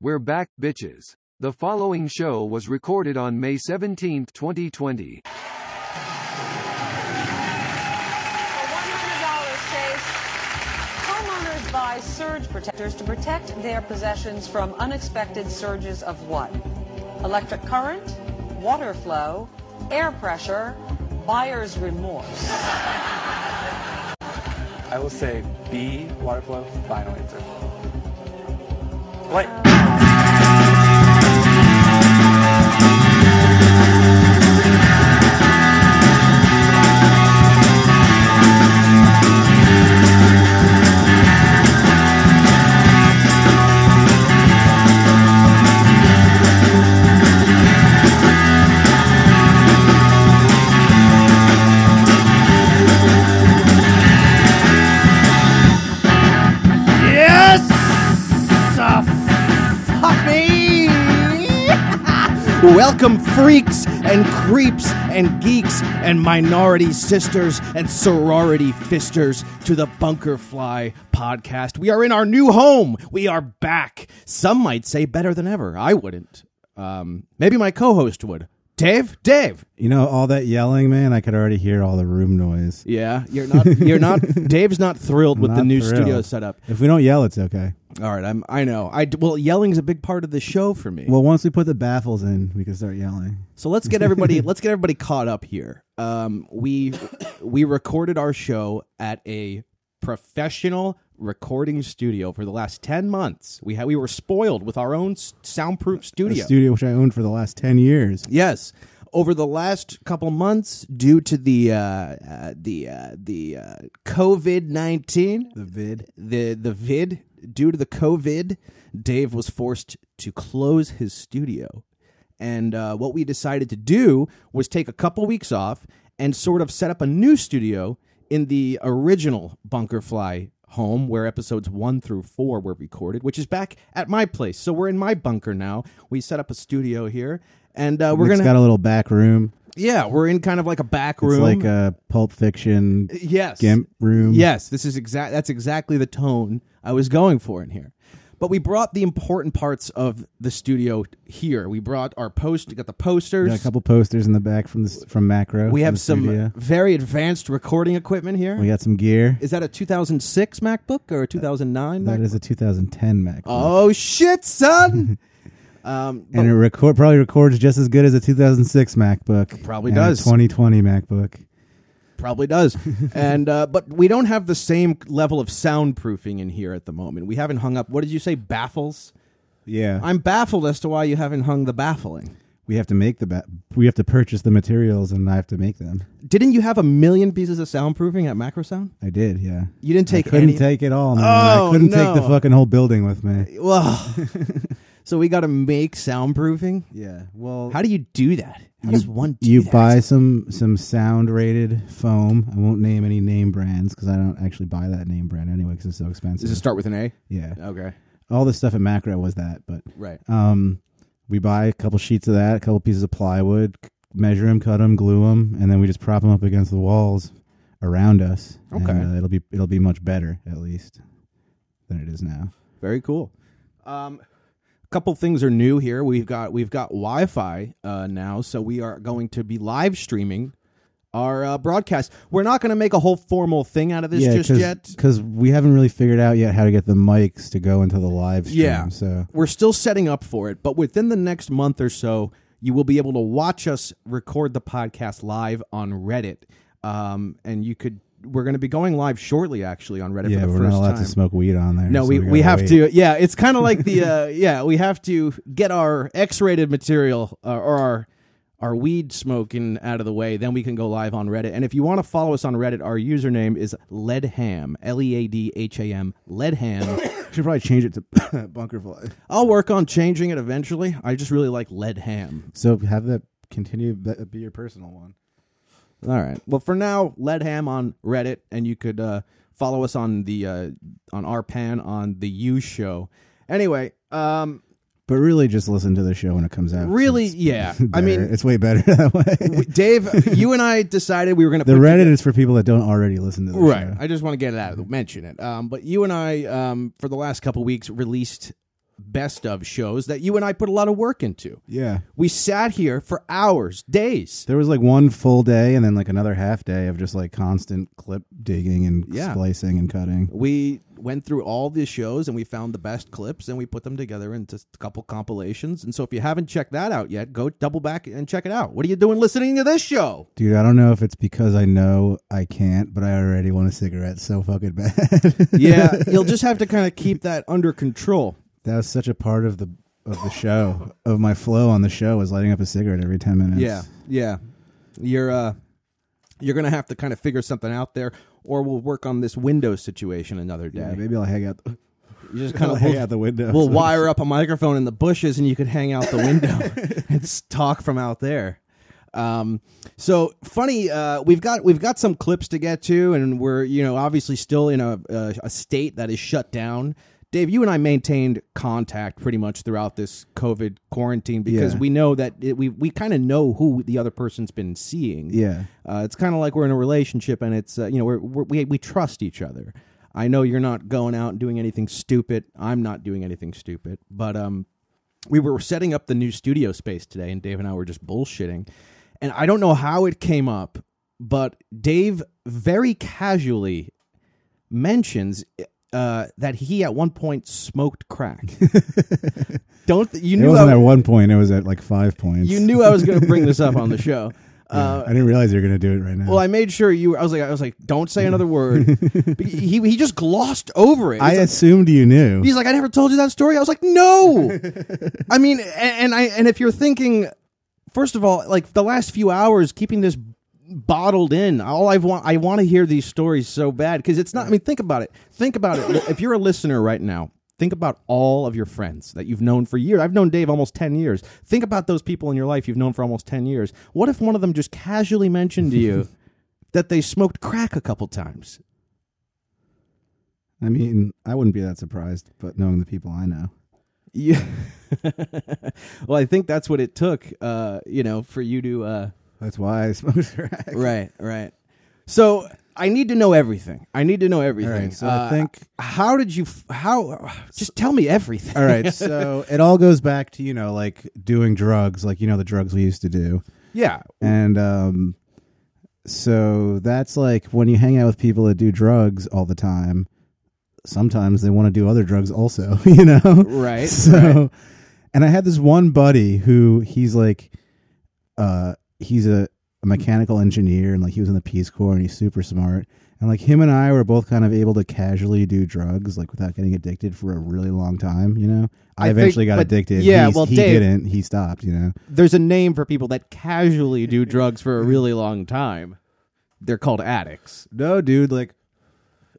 We're Back Bitches. The following show was recorded on May 17, 2020. For $100, Chase. Homeowners buy surge protectors to protect their possessions from unexpected surges of what? Electric current, water flow, air pressure, buyer's remorse. I will say B, water flow, final answer. What? Uh, Yes! Uh, fuck me! Welcome, freaks and creeps and geeks and minority sisters and sorority fisters to the Bunkerfly podcast. We are in our new home. We are back. Some might say better than ever. I wouldn't. Um, maybe my co host would. Dave? Dave? You know, all that yelling, man, I could already hear all the room noise. Yeah, you're not. You're not. Dave's not thrilled with the Not new thrilled. studio setup. If we don't yell, it's okay. All right, I'm. I know. I d- well, yelling's a big part of the show for me. Well, once we put the baffles in, we can start yelling. So let's get everybody let's get everybody caught up here. Um, we we recorded our show at a professional recording studio for the last ten months. We had we were spoiled with our own s- soundproof The studio. studio, which I owned for the last 10 years. Yes. Over the last couple months, due to the uh, uh, the uh, the uh, COVID nineteen, The vid. the the vid due to the covid dave was forced to close his studio and uh, what we decided to do was take a couple weeks off and sort of set up a new studio in the original bunkerfly home where episodes one through four were recorded which is back at my place so we're in my bunker now we set up a studio here and uh, we're Nick's gonna got a little back room. yeah we're in kind of like a back It's room like a Pulp Fiction yes Gimp room. Yes, this is exact. That's exactly the tone I was going for in here. But we brought the important parts of the studio here. We brought our post. We got the posters. We got a couple posters in the back from the, s- from Macro. we from have the some studio. very advanced recording equipment here. Is We got some gear. that a 2006 MacBook or a 2009? That MacBook? is a 2010 Mac. oh shit, son! um, but and it record probably records just as good as a 2006 MacBook. Probably and a does. 2020 MacBook. probably does. and uh, but we don't have the same level of soundproofing in here at the moment. We haven't hung up. What did you say? Baffles. Yeah. I'm baffled as to why you haven't hung the baffling. We have to make the ba- we have to purchase the materials and I have to make them. Didn't you have a million pieces of soundproofing at Macrosound? I did, yeah. You didn't take I couldn't any. take it all, man. Oh, I couldn't no. take the fucking whole building with me. well, so we got to make soundproofing. Yeah. Well, How do you do that? How does one do you that? buy some some sound rated foam? I won't name any name brands because I don't actually buy that name brand anyway because it's so expensive. Does it start with an A? yeah. Okay, All the stuff at Macro was that, but right. um, we buy a couple sheets of that, a couple pieces of plywood, c- measure them, cut them, glue them, and then we just prop them up against the walls around us. and, Okay. uh, it'll be it'll be much better at least than it is now. Very cool. Um, a couple things are new here. We've got we've got Wi-Fi uh, now, so we are going to be live streaming our uh, broadcast. We're not going to make a whole formal thing out of this just yet. because we haven't really figured out yet how to get the mics to go into the live stream. Yeah. Um, so We're still setting up for it, but within the next month or so, you will be able to watch us record the podcast live on Reddit. Um, and you could, we're going to be going live shortly, actually, on Reddit yeah, for the we're first not allowed time. to smoke weed on there. no, so we, gotta we have wait. to. Yeah, it's kind of like the, uh, yeah, we have to get our X rated material uh, or our. Our weed smoking out of the way, then we can go live on Reddit. And if you want to follow us on Reddit, our username is Leadham, L E A D H A M, Leadham. Should probably change it to bunker fly. I'll work on changing it eventually. I just really like lead ham. So have that continue. That be your personal one. All right. Well, for now, lead ham on Reddit, and you could uh, follow us on the uh, on our pan on the U Show. Anyway, um, But really, just listen to the show when it comes out. really, It's yeah. I better. mean, it's way better that way. w- Dave, you and I decided we were going to The Reddit is for people that don't already listen to the Right. show. I just want to get it out, mention it. Um, but you and I, um, for the last couple weeks, released best of shows that you and I put a lot of work into. Yeah. We sat here for hours, days. There was like one full day and then like another half day of just like constant clip digging and Yeah. splicing and cutting. We went through all the shows and we found the best clips and we put them together into a couple compilations. And so if you haven't checked that out yet, go double back and check it out. What are you doing listening to this show? Dude, I don't know if it's because I know I can't, but I already want a cigarette so fucking bad. Yeah, you'll just have to kind of keep that under control. that was such a part of the of the show of my flow on the show was lighting up a cigarette every 10 minutes Yeah, yeah. You're uh, you're gonna have to kind of figure something out there, or we'll work on this window situation another day. Yeah, maybe i'll hang out you just kind I'll of hang out the window We'll wire up a microphone in the bushes, and you could hang out the window and s- talk from out there. Um, so funny, uh, we've got we've got some clips to get to, and we're you know obviously still in a a, a state that is shut down. Dave, you and I maintained contact pretty much throughout this COVID quarantine because Yeah. we know that it, we we kind of know who the other person's been seeing. Yeah. Uh, it's kind of like we're in a relationship, and it's uh, you know we're, we're, we we trust each other. I know you're not going out and doing anything stupid. I'm not doing anything stupid, but um, we were setting up the new studio space today, and Dave and I were just bullshitting, and I don't know how it came up, but Dave very casually mentions. Uh, that he at one point smoked crack. Don't th- you it knew wasn't I, at one point it was at like five points you knew I was going to bring this up on the show. Uh, i didn't realize you were gonna do it right now well, I made sure you. I was like, I was like, don't say another word. But he he just glossed over it. He's I like, assumed you knew he's like, I never told you that story. I was like, no. I mean, and, and I and if you're thinking, first of all, like the last few hours, keeping this bottled in. All I want, I want to hear these stories so bad because it's not. I mean, think about it. Think about it. if you're a listener right now. Think about all of your friends that you've known for years. I've known Dave almost 10 years. Think about those people in your life you've known for almost 10 years. What if one of them just casually mentioned to you that they smoked crack a couple times? i mean i wouldn't be that surprised but knowing the people i know Yeah. well, I think that's what it took, uh, you know, for you to. Uh, that's why i smoked crack right, right. So I need to know everything. I need to know everything. Uh, right, so I think- How did you. F- how. Just tell me everything. all right so it all goes back to you know like doing drugs like you know the drugs we used to do Yeah. and um so that's like when you hang out with people that do drugs all the time sometimes they want to do other drugs also you know Right, so and i had this one buddy who he's like uh he's a, a mechanical engineer and like he was in the peace corps and he's super smart and like him and i were both kind of able to casually do drugs like without getting addicted for a really long time you know i, I think- eventually got but- addicted yeah, He's- well, he Dave- didn't he stopped you know There's a name for people that casually do drugs for a really long time. They're called addicts. No, dude, like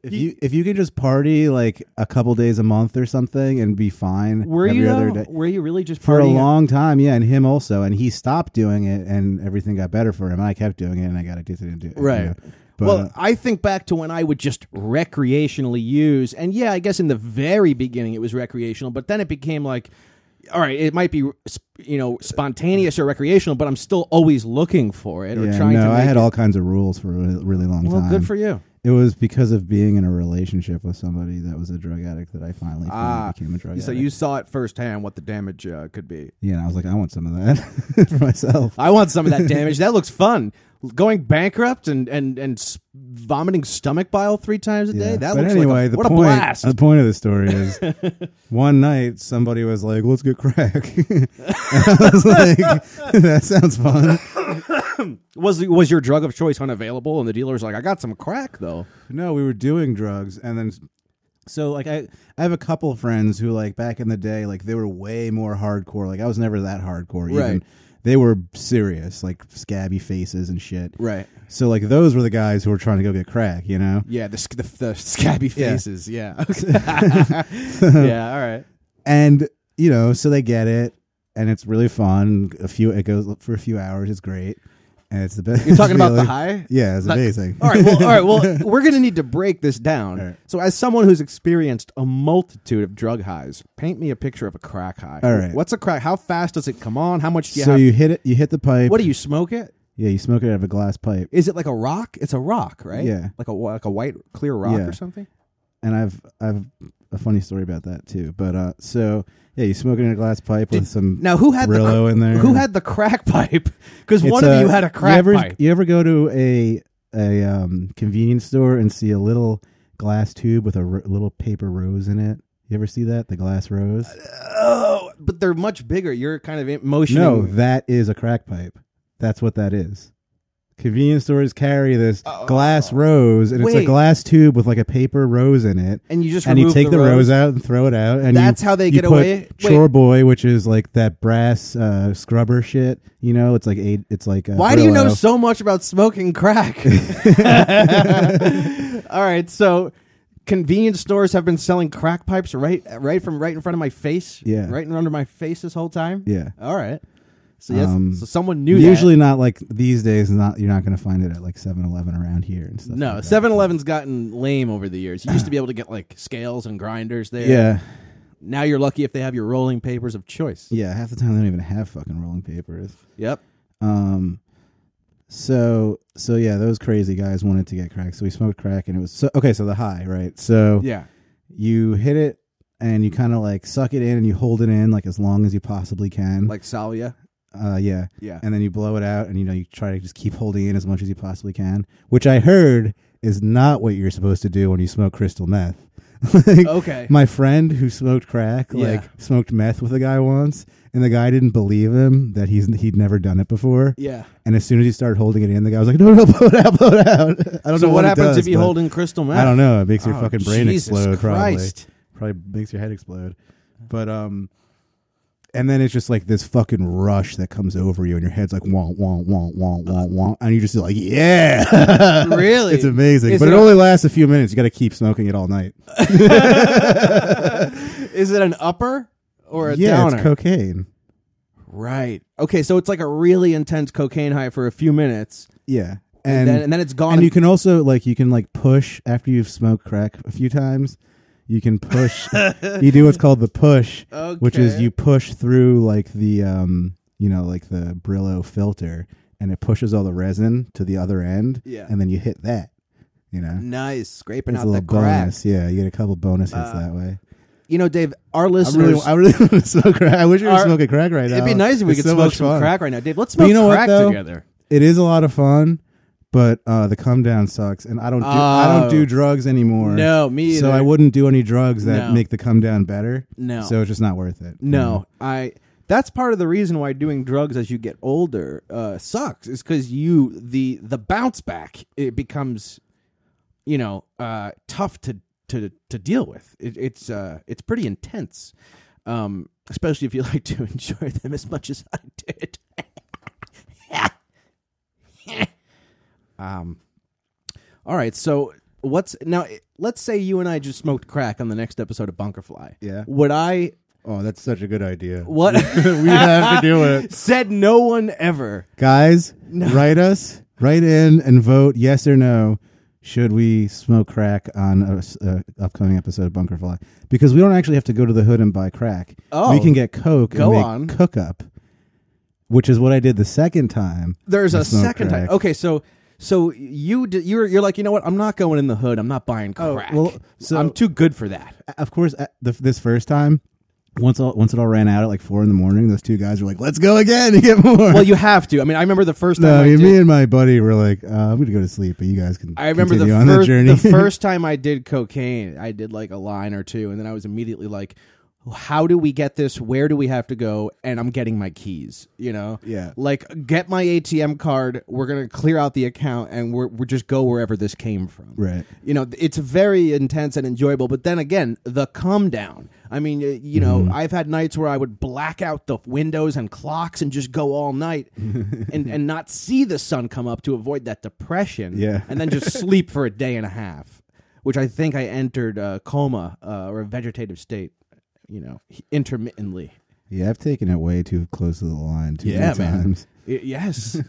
if you if you can just party like a couple days a month or something and be fine Were every you other though? day Were you really just for a partying? long time, yeah, and him also, and he stopped doing it, and everything got better for him. And I kept doing it, and I got addicted into it, you Right. know. But, well, uh, I think back to when I would just recreationally use, and yeah, I guess in the very beginning it was recreational, but then it became like, all right, it might be sp- you know spontaneous or recreational, but I'm still always looking for it or yeah, trying no, to. I make had it. all kinds of rules for a really, really long Well, time. good for you. It was because of being in a relationship with somebody that was a drug addict that I finally, finally became a drug so addict. Ah, you saw it firsthand what the damage uh, could be. yeah, and I was like, I want some of that for myself. I want some of that damage. that looks fun. Going bankrupt and and and s- vomiting stomach bile three times a day. Yeah. That but looks anyway, like a, the what point, a blast. The point of the story is one night somebody was like, let's get crack. and I was like, that sounds fun. was was your drug of choice unavailable? And the dealer's like, I got some crack though. No, we were doing drugs. And then, so like, I, I have a couple of friends who, like, back in the day, like, they were way more hardcore. Like, I was never that hardcore. Even. Right. They were serious, like, scabby faces and shit. Right. So, like, those were the guys who were trying to go get crack, you know? Yeah, the sc- the, the scabby Yeah. faces. Yeah. yeah. All right. and you know so they get it and it's really fun a few it goes for a few hours it's great and it's the best You're talking about the high. yeah it's Not- amazing All right. Well. All right. Well, we're gonna need to break this down. All right. So, as someone who's experienced a multitude of drug highs, paint me a picture of a crack high. All right. What's a crack? How fast does it come on? How much do you so have? you hit it you hit the pipe what do you smoke it? yeah you smoke it out of a glass pipe Is it like a rock? It's a rock, right? Yeah. Like a like a white clear rock Yeah. or something. and i've i've a funny story about that too. But uh, so yeah, you smoking in a glass pipe with some Now who had the Brillo cr- in there? Who had the crack pipe? Because It's one of you had a crack you ever, pipe. You ever go to a a um, convenience store and see a little glass tube with a r- little paper rose in it? You ever see that? The glass rose? Oh, but they're much bigger. You're kind of emotional. no, that is a crack pipe. That's what that is. Convenience stores carry this glass rose, and it's Oh. Wait. a glass tube with like a paper rose in it. And you just and you remove take the the, rose? rose out and throw it out. And That's you- how they you get put away? Wait. Chore boy, which is like that brass uh, scrubber shit. You know, it's like eight. It's like uh, Why do you know Brillo. so much about smoking crack? All right, so convenience stores have been selling crack pipes right right from right in front of my face. Yeah. Right in under my face this whole time. Yeah. All right. So yes, Um, so someone knew that. Usually not like these days. Not you're not going to find it at like 7-Eleven around here and stuff. No, like that. 7-Eleven's gotten lame over the years. You used to be able to get like scales and grinders there. Yeah, Now you're lucky if they have your rolling papers of choice. yeah. Half the time they don't even have fucking rolling papers. Yep. Um, so so yeah, those crazy guys wanted to get crack, so we smoked crack, and it was so okay. So the high, right? So Yeah. you hit it and you kind of like suck it in and you hold it in like as long as you possibly can. Like salvia. uh, yeah, Yeah. and then you blow it out, and you know you try to just keep holding in as much as you possibly can, which I heard is not what you're supposed to do when you smoke crystal meth. Like, Okay. my friend who smoked crack, Yeah. like smoked meth with a guy once, and the guy didn't believe him that he's he'd never done it before. Yeah. And as soon as he started holding it in, the guy was like, "No, no, blow it out, blow it out." I don't So know what, it happens does, if you but- hold in crystal meth? I don't know. It makes your Oh, fucking brain Jesus explode. Christ. Probably probably makes your head explode. But um, and then it's just like this fucking rush that comes over you, and your head's like wonk wonk wonk wonk wonk wonk, and you just like yeah, Uh, Really? it's amazing. Is but it it, a- only lasts a few minutes. You got to keep smoking it all night. Is it an upper or a yeah, downer? it's cocaine. right. Okay, so it's like a really intense cocaine high for a few minutes, Yeah, and, and then, and then it's gone. and you can also like you can like push after you've smoked crack a few times you can push you do what's called the push which is Okay. you push through like the um you know like the brillo filter and it pushes all the resin to the other end Yeah. and then you hit that you know nice scraping it's a out the little crack. Uh, bonus yeah you get a couple bonus hits that way You know, Dave, our I listeners. really, I really want to smoke crack. I wish we were Our- smoking crack right now. it'd be nice if we It's could so smoke much some fun. crack right now, Dave. Let's But smoke you know what, crack though? together. It is a lot of fun, but uh, the come down sucks, and I don't do, I Oh. don't do drugs anymore. No, me So either. I wouldn't do any drugs that No. make the come down better. No. so it's just not worth it. No, I. That's part of the reason why doing drugs as you get older uh, sucks. Is because you the the bounce back it becomes, you know, uh, tough to to to deal with. It, it's uh, it's pretty intense, um, especially if you like to enjoy them as much as I did. um, all right. So what's now? Let's say you and I just smoked crack on the next episode of Bunkerfly. Yeah. Would I? Oh, that's such a good idea. What? we have to do it, said no one ever. guys. Write us, write in, and vote yes or no. Should we smoke crack on a s- uh, upcoming episode of Bunkerfly? Because we don't actually have to go to the hood and buy crack. Oh. we can get coke Go and make on. cook up, which is what I did the second time. There's I a smoked second crack. time. Okay, so so you d- you're you're like you know what? I'm not going in the hood. I'm not buying crack. well, so- I'm too good for that. of course, at the, this first time, once all, once it all ran out at like four in the morning, those two guys were like, "Let's go again and get more." Well, you have to. I mean, I remember the first time. no, I I mean, did, me and my buddy were like, uh, "I'm gonna go to sleep," but you guys can. I remember the continue on first, the journey. the first time I did cocaine, I did like a line or two, and then I was immediately like, "How do we get this? Where do we have to go?" And I'm getting my keys, you know, Yeah. Like, get my ATM card. We're gonna clear out the account, and we're we're just go wherever this came from, Right. You know, it's very intense and enjoyable. But then again, the come down. I mean, y- you know, Mm-hmm. I've had nights where I would black out the windows and clocks and just go all night, and and not see the sun come up to avoid that depression Yeah. and then just sleep for a day and a half, which I think I entered a coma uh, or a vegetative state, you know, intermittently. yeah, I've taken it way too close to the line too many times. Y- yes.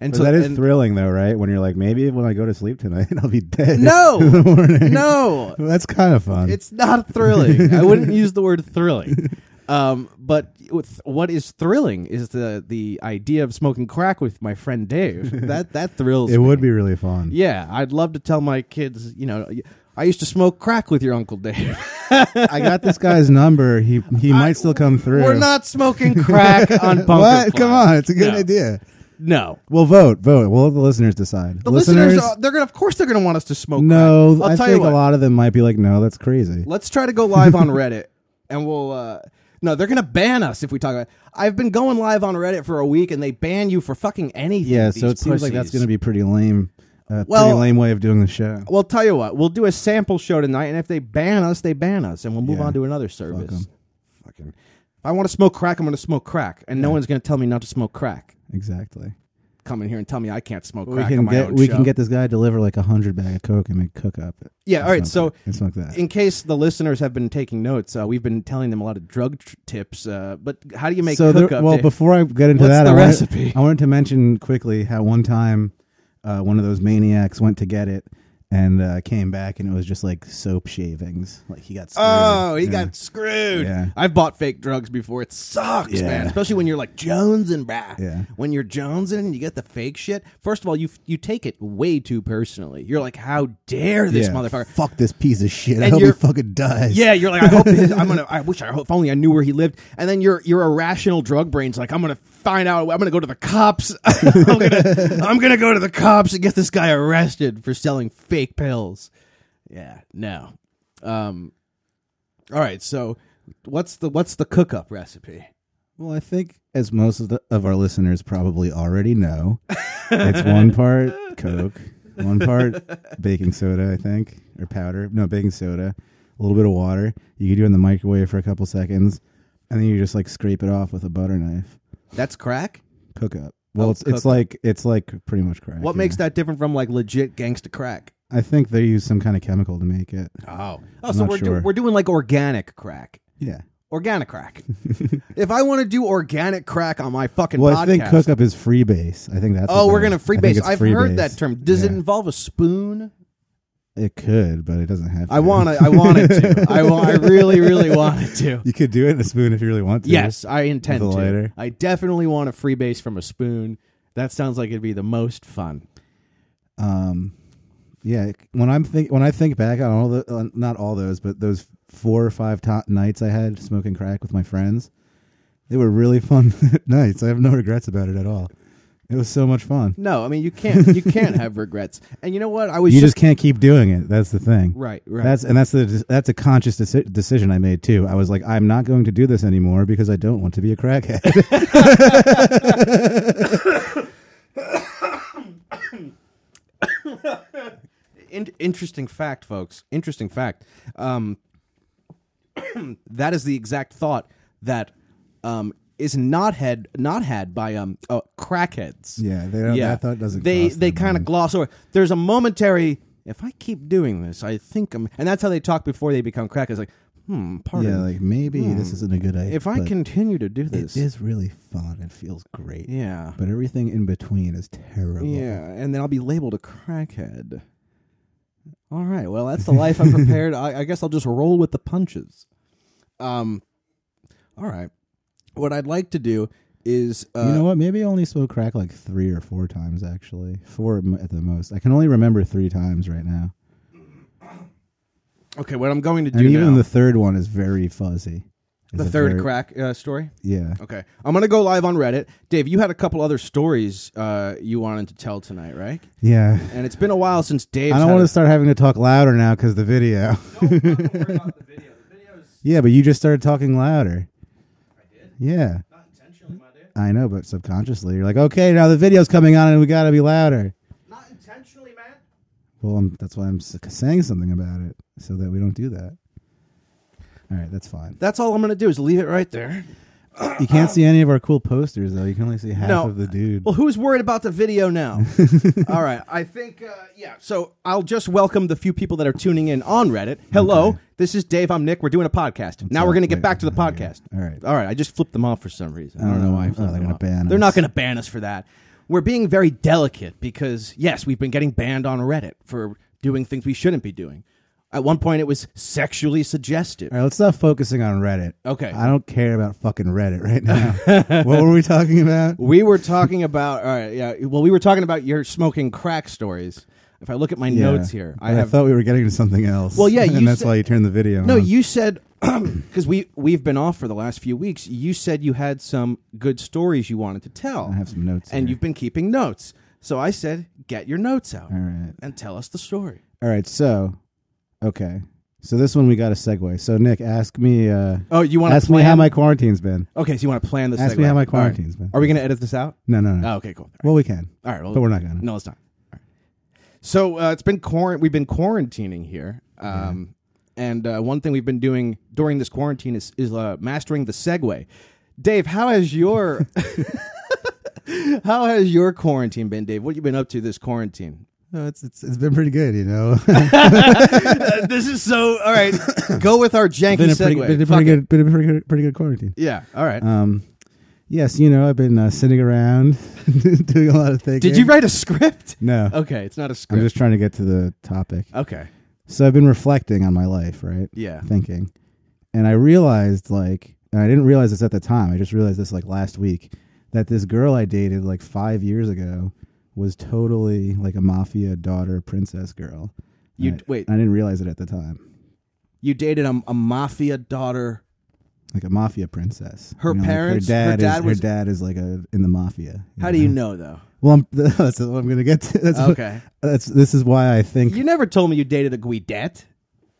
And But that is and- thrilling, though, right? When you're like, maybe when I go to sleep tonight, I'll be dead. in the No, morning. no, that's kind of fun. it's not thrilling. I wouldn't use the word thrilling. Um, but with, what is thrilling is the the idea of smoking crack with my friend Dave. That that thrills. it me. would be really fun. Yeah, I'd love to tell my kids. You know, I used to smoke crack with your uncle Dave. I got this guy's number. He he might still come through. We're not smoking crack on bunker. What? Fly. Come on, it's a good No. idea. No. Well, vote, vote. We'll let the listeners decide. The listeners, are, they're gonna, of course, they're gonna want us to smoke. no, crack. I'll I tell think you what. a lot of them might be like, no, that's crazy. Let's try to go live on Reddit, and we'll. uh No, they're gonna ban us if we talk about. I've been going live on Reddit for a week, and they ban you for fucking anything. Yeah, so it these seems like that's pussies. going to be pretty lame. A Well- pretty lame way of doing the show. Well, tell you what, we'll do a sample show tonight, and if they ban us, they ban us, and we'll move Yeah. on to another service. 'em. Fucking. If I want to smoke crack, I'm going to smoke crack, and no one's going to tell me not to smoke crack. Exactly. Come in here and tell me I can't smoke We crack can on my get own we show. can get this guy to deliver like a hundred bag of coke and make cook up. Yeah, all right, so- it's like that. In case the listeners have been taking notes, uh, we've been telling them a lot of drug tr- tips. Uh, but how do you make so cook there- up? well Dave? before I get into What's that, the I wanted, recipe? I wanted to mention quickly how one time uh, one of those maniacs went to get it and uh, came back and it was just like soap shavings. Like he got screwed. Oh, he Yeah. got screwed. Yeah. I've bought fake drugs before. It sucks, Yeah. man. Especially when you're like Jones and brah. Yeah. When you're Jones and you get the fake shit. First of all, you you take it way too personally. You're like, how dare this Yeah. motherfucker? Fuck this piece of shit. I And hope he you're- fucking dies. Yeah, you're like, I hope his, I'm gonna. I wish I hope if only I knew where he lived. And then your your irrational drug brain's like, I'm gonna find out. I'm gonna go to the cops. I'm, gonna, I'm gonna go to the cops and get this guy arrested for selling fake pills. Yeah, no. Um, all right. So what's the what's the cook up recipe? Well, I think as most of, the, of our listeners probably already know, it's one part Coke, one part baking soda, I think, or powder. No, baking soda, a little bit of water. You can do it in the microwave for a couple seconds, and then you just like scrape it off with a butter knife. That's crack. Cook up. Well, Oh, it's cook it's like it's like pretty much crack. What yeah. makes that different from like legit gangsta crack? I think they use some kind of chemical to make it. Oh, oh. I'm so not we're do- sure. we're doing like organic crack. Yeah. Organic crack. if I want to do organic crack on my fucking Well, podcast, I think cook up is freebase. I think that's. Oh, what we're that gonna is. I think freebase. it's I've heard freebase. that term. Does it Yeah. involve a spoon? It could, but it doesn't have. I to. want to. I want it to. I want. I really, really want it to. You could do it in a spoon if you really want to. Yes, I intend With a to. lighter. I definitely want a freebase from a spoon. That sounds like it'd be the most fun. Um, yeah. When I'm think when I think back on all the on not all those, but those four or five to nights I had smoking crack with my friends, they were really fun nights. I have no regrets about it at all. It was so much fun. No, I mean you can't. You can't have regrets. And you know what? I was You just can't keep doing it. That's the thing. Right, right. That's and that's the that's a conscious deci- decision I made too. I was like, I'm not going to do this anymore because I don't want to be a crackhead. in- interesting fact, folks. Interesting fact. Um, that is the exact thought that um, is not had not had by um uh, crackheads. Yeah, they don't- that thought doesn't They cross they their kind of mind. gloss over. There's a momentary. If I keep doing this, I think I'm, and that's how they talk before they become crackheads. Like, hmm, pardon. Hmm. yeah, like maybe this isn't a good idea. if I but continue to do it this, is really fun. It feels great. yeah, But everything in between is terrible. yeah, and then I'll be labeled a crackhead. All right. Well, that's the life I'm prepared. I, I guess I'll just roll with the punches. Um. All right. What I'd like to do is, uh, you know what? Maybe I only smoked crack like three or four times actually, four m- at the most. I can only remember three times right now, okay. What I'm going to do and even now, the third one is very fuzzy. It's the a third very- crack uh, story. Yeah. Okay, I'm gonna go live on Reddit. Dave, you had a couple other stories uh, you wanted to tell tonight, right? Yeah. And it's been a while since Dave. I don't want to start having to talk louder now because the video. yeah, but you just started talking louder. I did. Yeah. Not intentionally, my dude. I know, but subconsciously, you're like, okay, now the video's coming on, and we got to be louder. Not intentionally, man. Well, I'm, that's why I'm s- saying something about it so that we don't do that. All right, that's fine. That's all I'm gonna do is leave it right there. You can't see any of our cool posters though. You can only see half No. of the dude. Well, who's worried about the video now? All right, I think uh, yeah. So I'll just welcome the few people that are tuning in on Reddit. Hello, this is Dave. I'm Nick. We're doing a podcast. now up? we're going to get Wait, back to the all right, podcast. all right. all right. I just flipped them off for some reason. I don't know why. I Um, flipped oh, they're them gonna off. ban They're not us. going to ban us for that. We're being very delicate because yes, we've been getting banned on Reddit for doing things we shouldn't be doing. At one point, it was sexually suggestive. All right, let's stop focusing on Reddit. Okay. I don't care about fucking Reddit right now. what were we talking about? We were talking about all right, yeah. Well, we were talking about your smoking crack stories. If I look at my Yeah. notes here, I But have thought uh-huh. we were getting to something else. Well, yeah, and you that's said- why you turned the video. No, on. you said because we we've been off for the last few weeks. You said you had some good stories you wanted to tell. I have some notes and here. you've been keeping notes. So I said, get your notes out All right. and tell us the story. All right. So, okay. So this one we got a segue. So Nick, ask me. Uh, Oh, you want ask to plan? me how my quarantine's been. okay, so you want to plan this? Ask me how my quarantine's quarantine's been. Are we going to edit this out? No, no, no. Oh, okay, cool. Well, we can. All right, well, but we're not gonna. No, it's not. All right. So uh, it's been quarant. We've been quarantining here, um, and uh, one thing we've been doing during this quarantine is is uh, mastering the segue. Dave, how has your how has your quarantine been, Dave? What have you been up to this quarantine? No, it's, it's it's been pretty good, you know. Uh, this is so all right. go with our janky been a pretty, segue. been a Fuck pretty it. good, been a pretty good, pretty good quarantine. Yeah. All right. Um, yes, you know, I've been uh, sitting around doing a lot of things. Did you write a script? No, Okay, it's not a script. I'm just trying to get to the topic. okay. So I've been reflecting on my life, right? Yeah. Thinking. And I realized like and I didn't realize this at the time. I just realized this like last week that this girl I dated like 5 years ago was totally like a mafia daughter princess girl. You And I- wait. I didn't realize it at the time. you dated a, a mafia daughter. Like a mafia princess. Her like, parents- her her dad, dad is, was- her dad is like a in the mafia. How do you know though? Well, I'm, that's what I'm going to get to. That's what- Okay. that's this is why I think You never told me you dated a Guidette.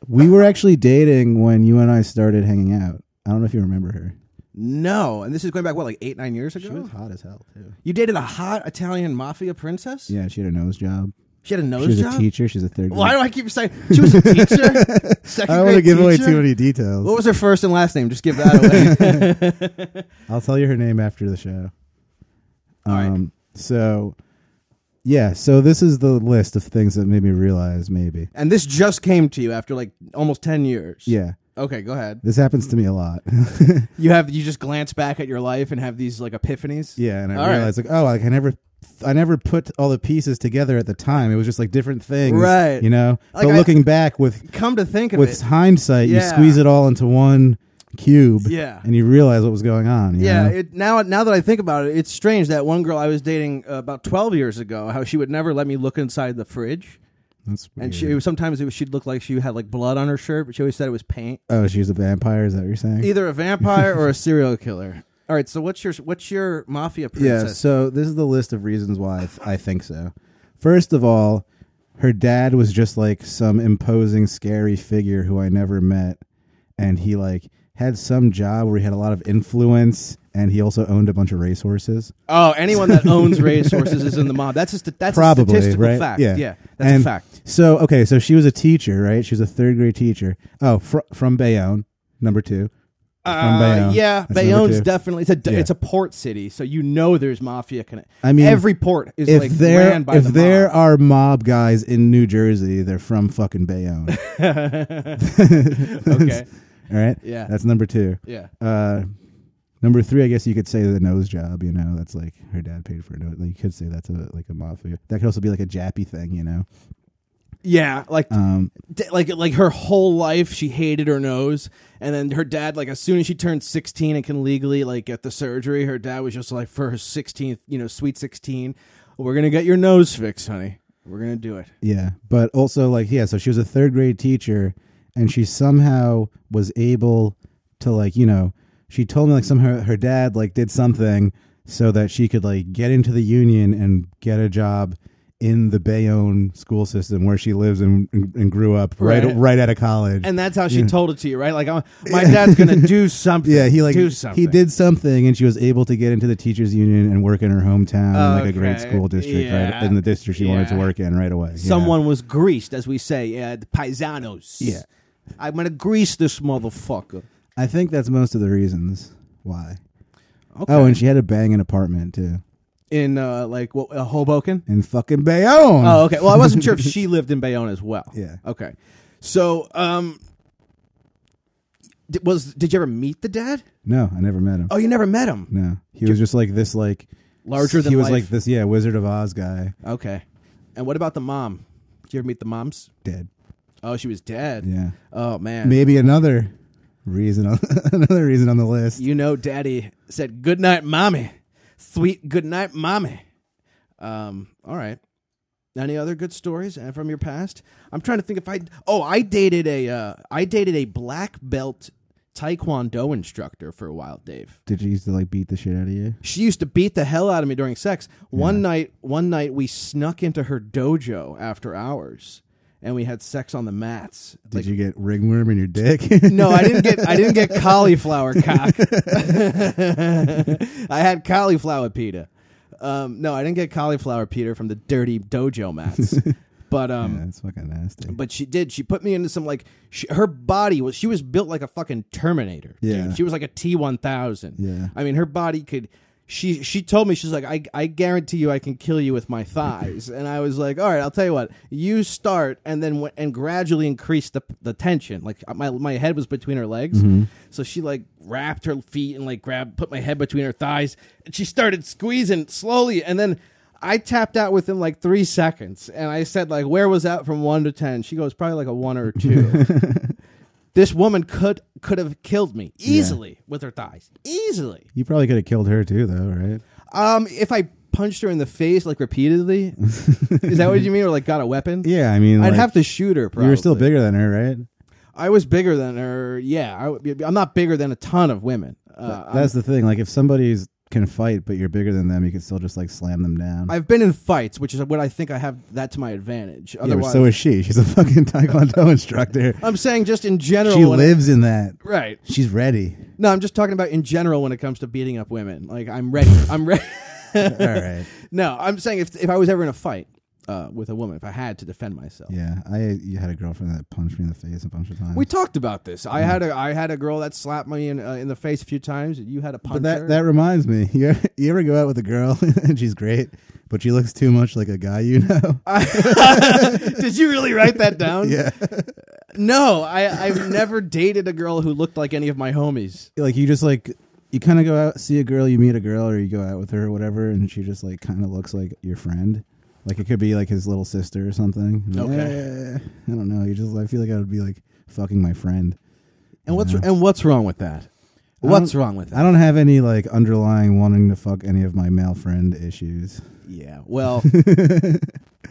we were actually dating when you and I started hanging out. I don't know if you remember her. No, and this is going back what, like eight, nine years ago. She was hot as hell too. You dated a hot Italian mafia princess. Yeah, she had a nose job. She had a nose She was job. a teacher. She's a third. Why do grade- I keep saying she was a teacher? Second I don't want to grade give away teacher? too many details. What was her first and last name? Just give that away. I'll tell you her name after the show. All right. Um, So, yeah. So this is the list of things that made me realize maybe. and this just came to you after like almost ten years. Yeah, Okay, go ahead. this happens to me a lot. You have you just glance back at your life and have these like epiphanies. yeah, and I All right. realized like, oh, like I never. I never put all the pieces together at the time. It was just like different things, Right. You know. Like but I- looking back with Come to think of with it, hindsight, you Yeah. squeeze it all into one cube, Yeah. and you realize what was going on. you Yeah, know? it, now now that I think about it, it's strange that one girl I was dating uh, about twelve years ago, how she would never let me look inside the fridge, That's weird. and she it was- sometimes it was, she'd look like she had like blood on her shirt, but she always said it was paint. Oh, she's a vampire. Is that what you're saying? Either a vampire or a serial killer. All right, so what's your what's your mafia yeah. princess? So this is the list of reasons why I, th- I think so. First of all, her dad was just like some imposing, scary figure who I never met, and he like had some job where he had a lot of influence, and he also owned a bunch of racehorses. Oh, anyone that owns racehorses is in the mob. That's just a, that's a Probably statistical right. fact. Yeah, that's And a fact. So okay, so she was a teacher, right? She was a third grade teacher. Oh, fr- from Bayonne, number two. Uh, Yeah, That's number Bayonne's two. definitely it's a d- Yeah. it's a port city, so you know there's mafia connect. I mean, every port is if like there ran by if the there mob. are mob guys in New Jersey, they're from fucking Bayonne. All okay. right. Yeah. That's number two. Yeah. Uh, number three, I guess you could say the nose job. You know, that's like her dad paid for it. Like, you could say that's a, like a mafia. That could also be like a jappy thing. You know. Yeah, like Um, d- like like her whole life she hated her nose, and then her dad like as soon as she turned sixteen and can legally like get the surgery, her dad was just like for her sixteenth, you know, sweet sixteen, we're gonna get your nose fixed, honey. We're gonna do it. Yeah, but also like yeah, so she was a third grade teacher, and she somehow was able to like you know she told me like somehow her dad like did something so that she could like get into the union and get a job in the Bayonne school system where she lives and and, and grew up right Right. right, out of college. And that's how she told it to you, right? Like I'm- my dad's gonna do something. yeah, he like do something. he did something, and she was able to get into the teachers union and work in her hometown, in, like a great Okay. school district, Yeah. right in the district she wanted to Yeah. work in right away. you know? Someone was greased, as we say, uh, the paisanos. Yeah. I'm gonna grease this motherfucker. I think that's most of the reasons why. Okay. Oh, and she had a banging apartment too in uh, like what uh, Hoboken. in fucking Bayonne. Oh, okay. Well, I wasn't sure if she lived in Bayonne as well. Yeah. Okay. So, um, di- was did you ever meet the dad? no, I never met him. Oh, you never met him. No, he was just like this, like Larger than he was life. like this. Yeah, Wizard of Oz guy, Okay. And what about the mom? Did you ever meet the moms? dead. Oh, she was dead. Yeah, Oh man. maybe another reason. On, another reason on the list. You know, Daddy said good night, mommy. Sweet good night, mommy. Um. All right. Any other good stories uh, from your past? I'm trying to think if I. Oh, I dated a. Uh, I dated a black belt taekwondo instructor for a while, Dave. Did you used to like beat the shit out of you? She used to beat the hell out of me during sex. One night, one night we snuck into her dojo after hours, and we had sex on the mats. Did you get ringworm in your dick? No, I didn't get. I didn't get cauliflower cock. I had cauliflower pita. Um, no, I didn't get cauliflower pita from the dirty dojo mats. But um, That's fucking nasty. but she did. She put me into some like she, her body was. She was built like a fucking Terminator. dude. Yeah. She was like a T one thousand. Yeah. I mean, her body could. She she told me she's like I I guarantee you I can kill you with my thighs and I was like all right I'll tell you what you start and then w- and gradually increase the the tension like uh, my my head was between her legs so she like wrapped her feet and like grabbed put my head between her thighs and she started squeezing slowly and then I tapped out within like three seconds, and I said like, "Where was that from one to 10? She goes, "Probably like a one or a two. this woman could could have killed me easily with her thighs, easily. you probably could have killed her too, though, right? Um, if I punched her in the face like repeatedly, is that what you mean, or like got a weapon? Yeah, I mean, I'd like, have to shoot her. Probably. You were still bigger than her, right? I was bigger than her. Yeah, I, would be- I'm not bigger than a ton of women. Uh, That's the thing. Like, if somebody's can fight, but you're bigger than them, you can still just like slam them down. I've been in fights, which is what I think I have that to my advantage. yeah, Otherwise, but so is she. She's a fucking taekwondo instructor. I'm saying just in general. She when I- lives in that. Right. She's ready. No, I'm just talking about in general when it comes to beating up women. Like I'm ready. I'm ready. All right. no, I'm saying if if I was ever in a fight uh, with a woman, if I had to defend myself. Yeah, I you had a girlfriend that punched me in the face a bunch of times. We talked about this. Mm. I had a I had a girl that slapped me in uh, in the face a few times. You had a punch but that her. that reminds me. You ever, you ever go out with a girl and she's great, but she looks too much like a guy you know? Did you really write that down? yeah. No, I I've never dated a girl who looked like any of my homies. like you just like you kind of go out see a girl you meet a girl or you go out with her or whatever and she just like kind of looks like your friend like it could be like his little sister or something Okay. Eh, i don't know you just i feel like i would be like fucking my friend And what's and what's wrong with that? Um, What's wrong with that? i don't have any like underlying wanting to fuck any of my male friend issues Yeah. Well, it,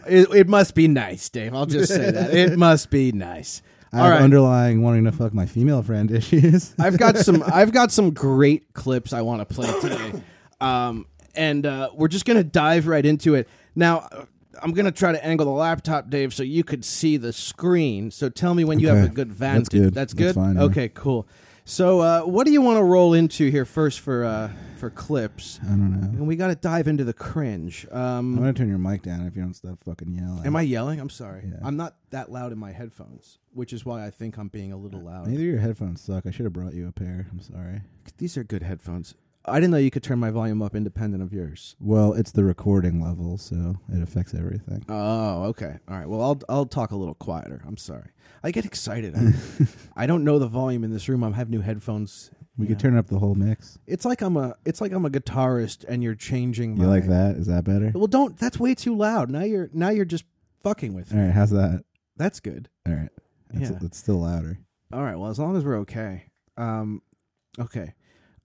it must be nice, Dave. I'll just say that it must be nice. i All have right. underlying wanting to fuck my female friend issues I've got some. I've got some great clips I want to play today, um, and uh, we're just gonna dive right into it. Now, uh, I'm gonna try to angle the laptop, Dave, so you could see the screen. So tell me when you have Okay. a good vantage. That's good. That's fine, yeah. okay, cool. So, uh, what do you want to roll into here first for uh, for clips? I don't know. And we got to dive into the cringe. i'm Um, gonna turn your mic down if you don't stop fucking yelling am I yelling? I'm sorry. I'm not that loud in my headphones, which is why I think I'm being a little loud. Neither of your headphones suck. I should have brought you a pair. I'm sorry. These are good headphones. I didn't know you could turn my volume up independent of yours. Well, it's the recording level, so it affects everything. Oh, okay. All right. Well, I'll I'll talk a little quieter. I'm sorry. I get excited. I, I don't know the volume in this room. I have new headphones. We could turn up the whole mix. It's like I'm a it's like I'm a guitarist and you're changing. You my- like that? Is that better? Well, don't. That's way too loud. Now you're now you're just fucking with All me. right, how's that? That's good. All right, it's, Yeah. it's still louder. All right. Well, as long as we're okay. Um, okay.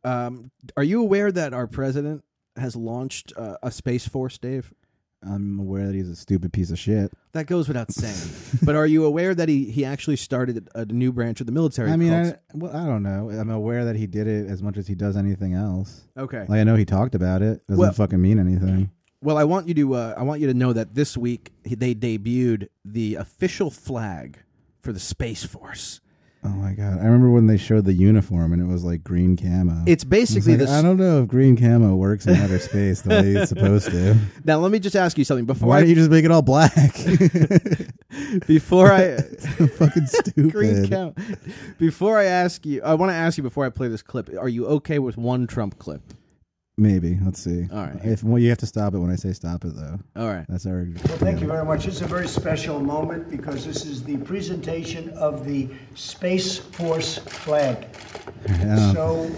Um, are you aware that our president has launched uh, a space force, Dave? I'm aware that he's a stupid piece of shit. That goes without saying. but are you aware that he, he actually started a new branch of the military? I mean, called- I, well, I don't know. I'm aware that he did it as much as he does anything else. okay. Like I know he talked about it. Doesn't Well- fucking mean anything. well, I want you to uh, I want you to know that this week he- they debuted the official flag for the Space Force. Oh my god! I remember when they showed the uniform and it was like green camo. It's I was basically like, this. I don't know if green camo works in outer space the way it's supposed to. now, let me just ask you something before I Why don't you just make it all black? before I fucking stupid. green count. Before I ask you, I want to ask you before I play this clip. Are you okay with one Trump clip? Maybe. Let's see. All right. If well, you have to stop it when I say stop it though. All right. That's our. Thank you very much. It's a very special moment because this is the presentation of the Space Force flag. Yeah. So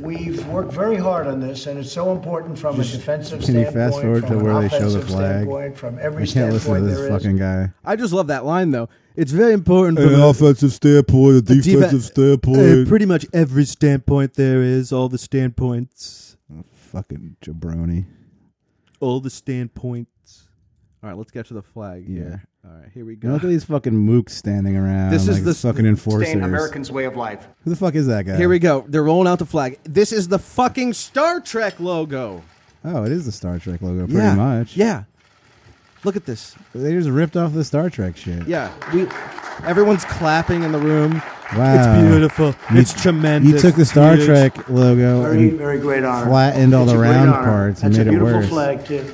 we've worked very hard on this, and it's so important from a defensive can you fast standpoint, forward from to an where they show the offensive flag? standpoint, from every I can't listen to standpoint this there is. fucking guy. I just love that line though. It's very important. for An the- offensive standpoint, a defa- defensive Uh, standpoint. pretty much every standpoint there is, all the standpoints, fucking jabroni. all the standpoints. All right, let's get to the flag. Yeah. here. All right, here we You know, go. look at these fucking mooks standing around. This is like the- fucking enforcers. Americans' way of life. Who the fuck is that guy? Here we go. They're rolling out the flag. This is the fucking Star Trek logo. Oh, it is the Star Trek logo, pretty yeah. much. Yeah. Look at this. They just ripped off the Star Trek shit. Yeah. We everyone's clapping in the room. Wow. It's beautiful. You- it's tremendous. You took the It's Star huge. Trek logo Very, and very great honor. flattened all It's the a great round honor. parts and That's made it a beautiful worse. flag too.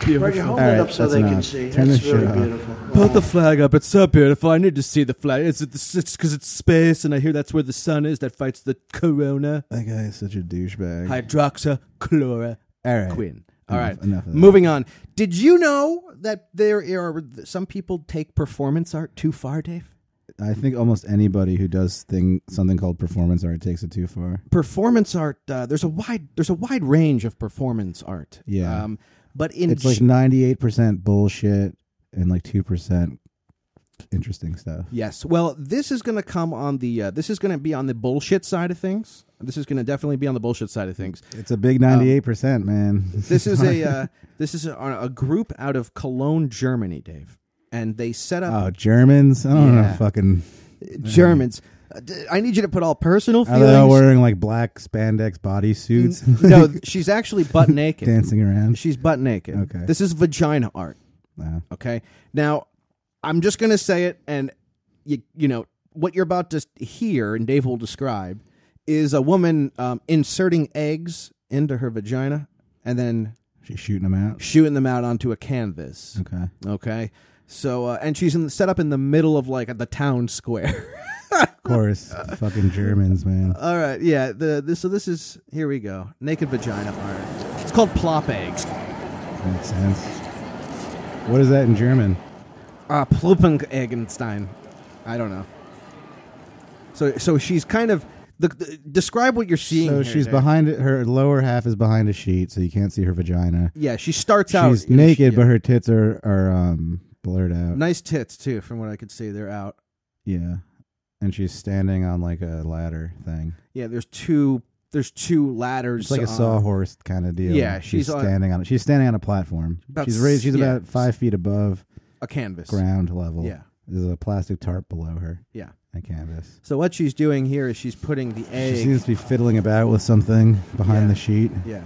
Right, Beautiful. hold All it up right, so that's they can enough. see. Turn That's this really shit off. beautiful. Put the flag up. It's so beautiful. I need to see the flag. It's because it's, 'cause it's space, and I hear that's where the sun is that fights the corona, That guy is such a douchebag. hydroxychloroquine. All right. All right. Enough- enough of that. Moving on. Did you know that there are some people take performance art too far, Dave? I think almost anybody who does thing something called performance art takes it too far. Performance art. Uh, there's a wide. There's a wide range of performance art. Um, Yeah. but in It's like ge- ninety eight percent bullshit and like two percent interesting stuff. Yes. Well, this is going to come on the. Uh, this is going to be on the bullshit side of things. This is going to definitely be on the bullshit side of things. It's a big ninety eight percent, man. This is a. Uh, this is a, a group out of Cologne, Germany, Dave, and they set up oh Germans. I don't Yeah. know. Fucking Germans. Uh, d- I need you to put all personal Mm-hmm. are they all feelings. wearing like black spandex bodysuits? no, she's actually butt naked. dancing around. She's butt naked. Okay. This is vagina art. Wow. Okay. Now, I'm just going to say it, and you, you know what you're about to hear, and Dave will describe, is a woman um, inserting eggs into her vagina and then She's shooting them out. shooting them out onto a canvas. Okay. Okay. So, uh, and she's in, set up in the middle of like the town square. Of course, Uh, fucking Germans, man. All right. Yeah. The this so this is here we go. Naked vagina art. It's called plop eggs. Makes sense. What is that in German? uh, Plupengenstein. I don't know. So so she's kind of the, the- describe what you're seeing. So here, she's Dave. behind it. Her lower half is behind a sheet, so you can't see her vagina. Yeah, she starts out. She's naked, but her tits are are um, blurred out. nice tits too, from what I could see. They're out. Yeah, and she's standing on like a ladder thing. Yeah, there's two. There's two ladders. It's like a on- sawhorse kind of deal. uh, Yeah, she's, she's on- standing on it. She's standing on a platform. About she's raised. She's s- yeah. about five feet above a canvas. ground level. Yeah. there's a plastic tarp below her Yeah. and canvas. So what she's doing here is she's putting the egg. She seems to be fiddling about with something Yeah. behind the sheet. Yeah.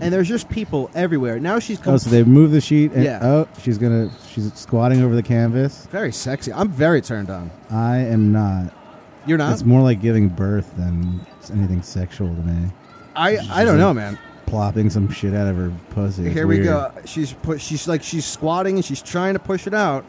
and there's just people everywhere. Now she's Oh, so they move the sheet. And, Yeah. Oh, she's gonna. She's squatting over the canvas. very sexy. I'm very turned on. I am not. You're not. It's more like giving birth than it's anything sexual to me. I I don't know, man. Plopping some shit out of her pussy. It's Here we weird. go. She's put. She's like she's squatting and she's trying to push it out.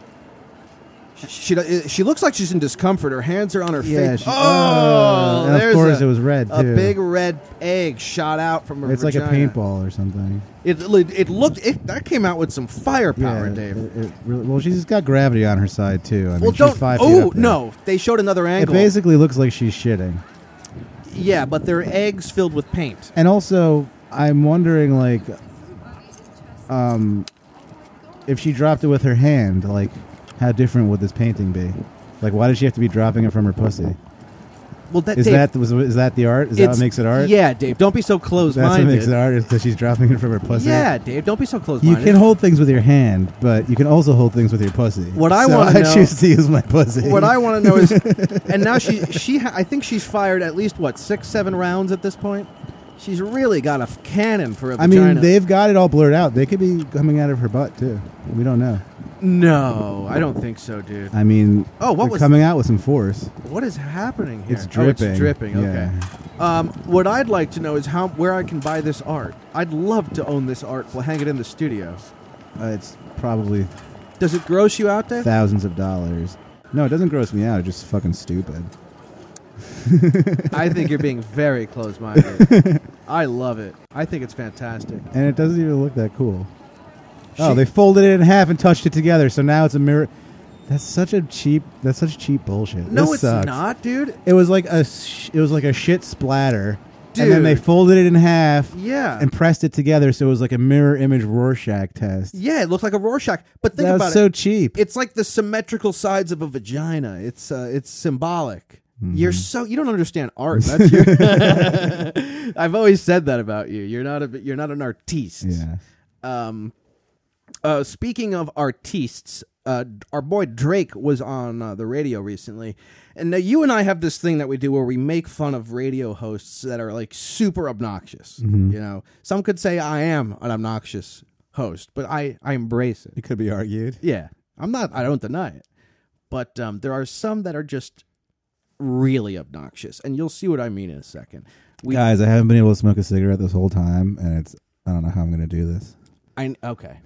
She she, she looks like she's in discomfort. Her hands are on her Yeah, face. she- oh, oh, and of there's course a- it was red, A too. big red egg shot out from her. It's like a vagina. paintball or something. It li- it looked it that came out with some firepower, yeah, Dave. it- it really- well, she's got gravity on her side too. I mean, well, she's don't. Five feet Oh up there. no, they showed another It angle. basically looks like she's shitting. yeah, but they're eggs filled with paint. And also, I'm wondering, like, um, if she dropped it with her hand, like, how different would this painting be? Like, why does she have to be dropping it from her pussy? Well, that Is Uh, Dave, that was, is that the art? Is that what it's- makes it art? Yeah, Dave, don't be so that's close-minded. what makes it art. Is that she's dropping it from her pussy? Yeah, Dave, don't be so You close-minded. can hold things with your hand, but you can also hold things with your pussy. What I So wanna I know- choose to use my pussy. What I want to know is, and now she she ha- I think she's fired at least what six seven rounds at this point. She's really got a f- cannon for a I vagina. mean, they've got it all blurred out. They could be coming out of her butt too. We don't know. no, I don't think so, dude. I mean, Oh, what they're was- coming out with some force. What is happening here? It's Oh, dripping. it's dripping. Okay. Yeah. Um, what I'd like to know is how where I can buy this art. I'd love to own this art. We'll hang it in the studio. Uh, it's probably Does it gross you out, Dave? thousands of dollars. No, it doesn't gross me out. It's just fucking stupid. I think you're being very close-minded. I love it. I think it's fantastic. And it doesn't even look that cool. oh, She- they folded it in half and touched it together, so now it's a mirror. That's such a cheap. That's such cheap bullshit. No, This it's sucks. not, dude. It was like a. Sh- it was like a shit splatter. And then Dude. they folded it in half. Yeah. And pressed it together, so it was like a mirror image Rorschach test. Yeah, it looked like a Rorschach. But think That was about so it. cheap. It's like the symmetrical sides of a vagina. Mm-hmm. It's uh, it's symbolic. You're so you don't understand art. That's your I've always said that about you. You're not a you're not an artiste. Yeah. Um, uh, speaking of artists, uh, our boy Drake was on uh, the radio recently, and now you and I have this thing that we do where we make fun of radio hosts that are like super obnoxious. You know, some could say I am an obnoxious host, but I I embrace it. It could be argued. Yeah, I'm not. I don't deny it, but um, there are some that are just really obnoxious, and you'll see what I mean in a second. We, Guys, I haven't been able to smoke a cigarette this whole time, and it's I don't know how I'm going to do this. I okay.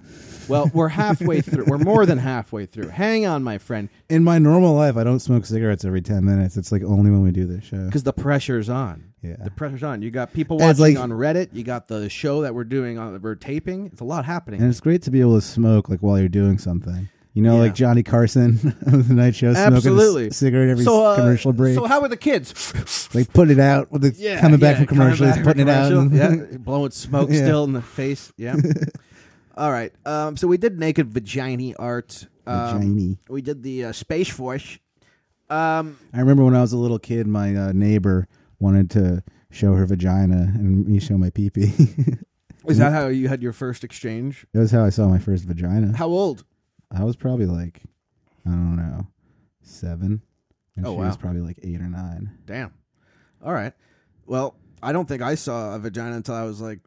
Well, we're halfway through. We're more than halfway through. Hang on, my friend, In my normal life, I don't smoke cigarettes every ten minutes. It's like only when we do this show. because the pressure's on. Yeah. the pressure's on. You got people And it's watching like- on Reddit. You got the show that we're doing on. We're taping. It's a lot happening. And it's great to be able to smoke like while you're doing something. You know, Yeah. like Johnny Carson of the night show, smoking a Absolutely, c- cigarette every So, uh, commercial break. So how are the kids? like put it out with the Yeah, coming back yeah, from commercial, coming he's back putting from it out. commercial, yeah, blowing smoke Yeah. still in the face. Yeah. All right. Um, so we did naked vagina art. Um, Vagina. We did the uh, space force. Um, I remember when I was a little kid, my uh, neighbor wanted to show her vagina and me show my pee pee. is that how you had your first exchange? that was how I saw my first vagina. How old? I was probably like, I don't know, seven. And Oh, she was wow. probably like eight or nine. Damn. All right. Well, I don't think I saw a vagina until I was like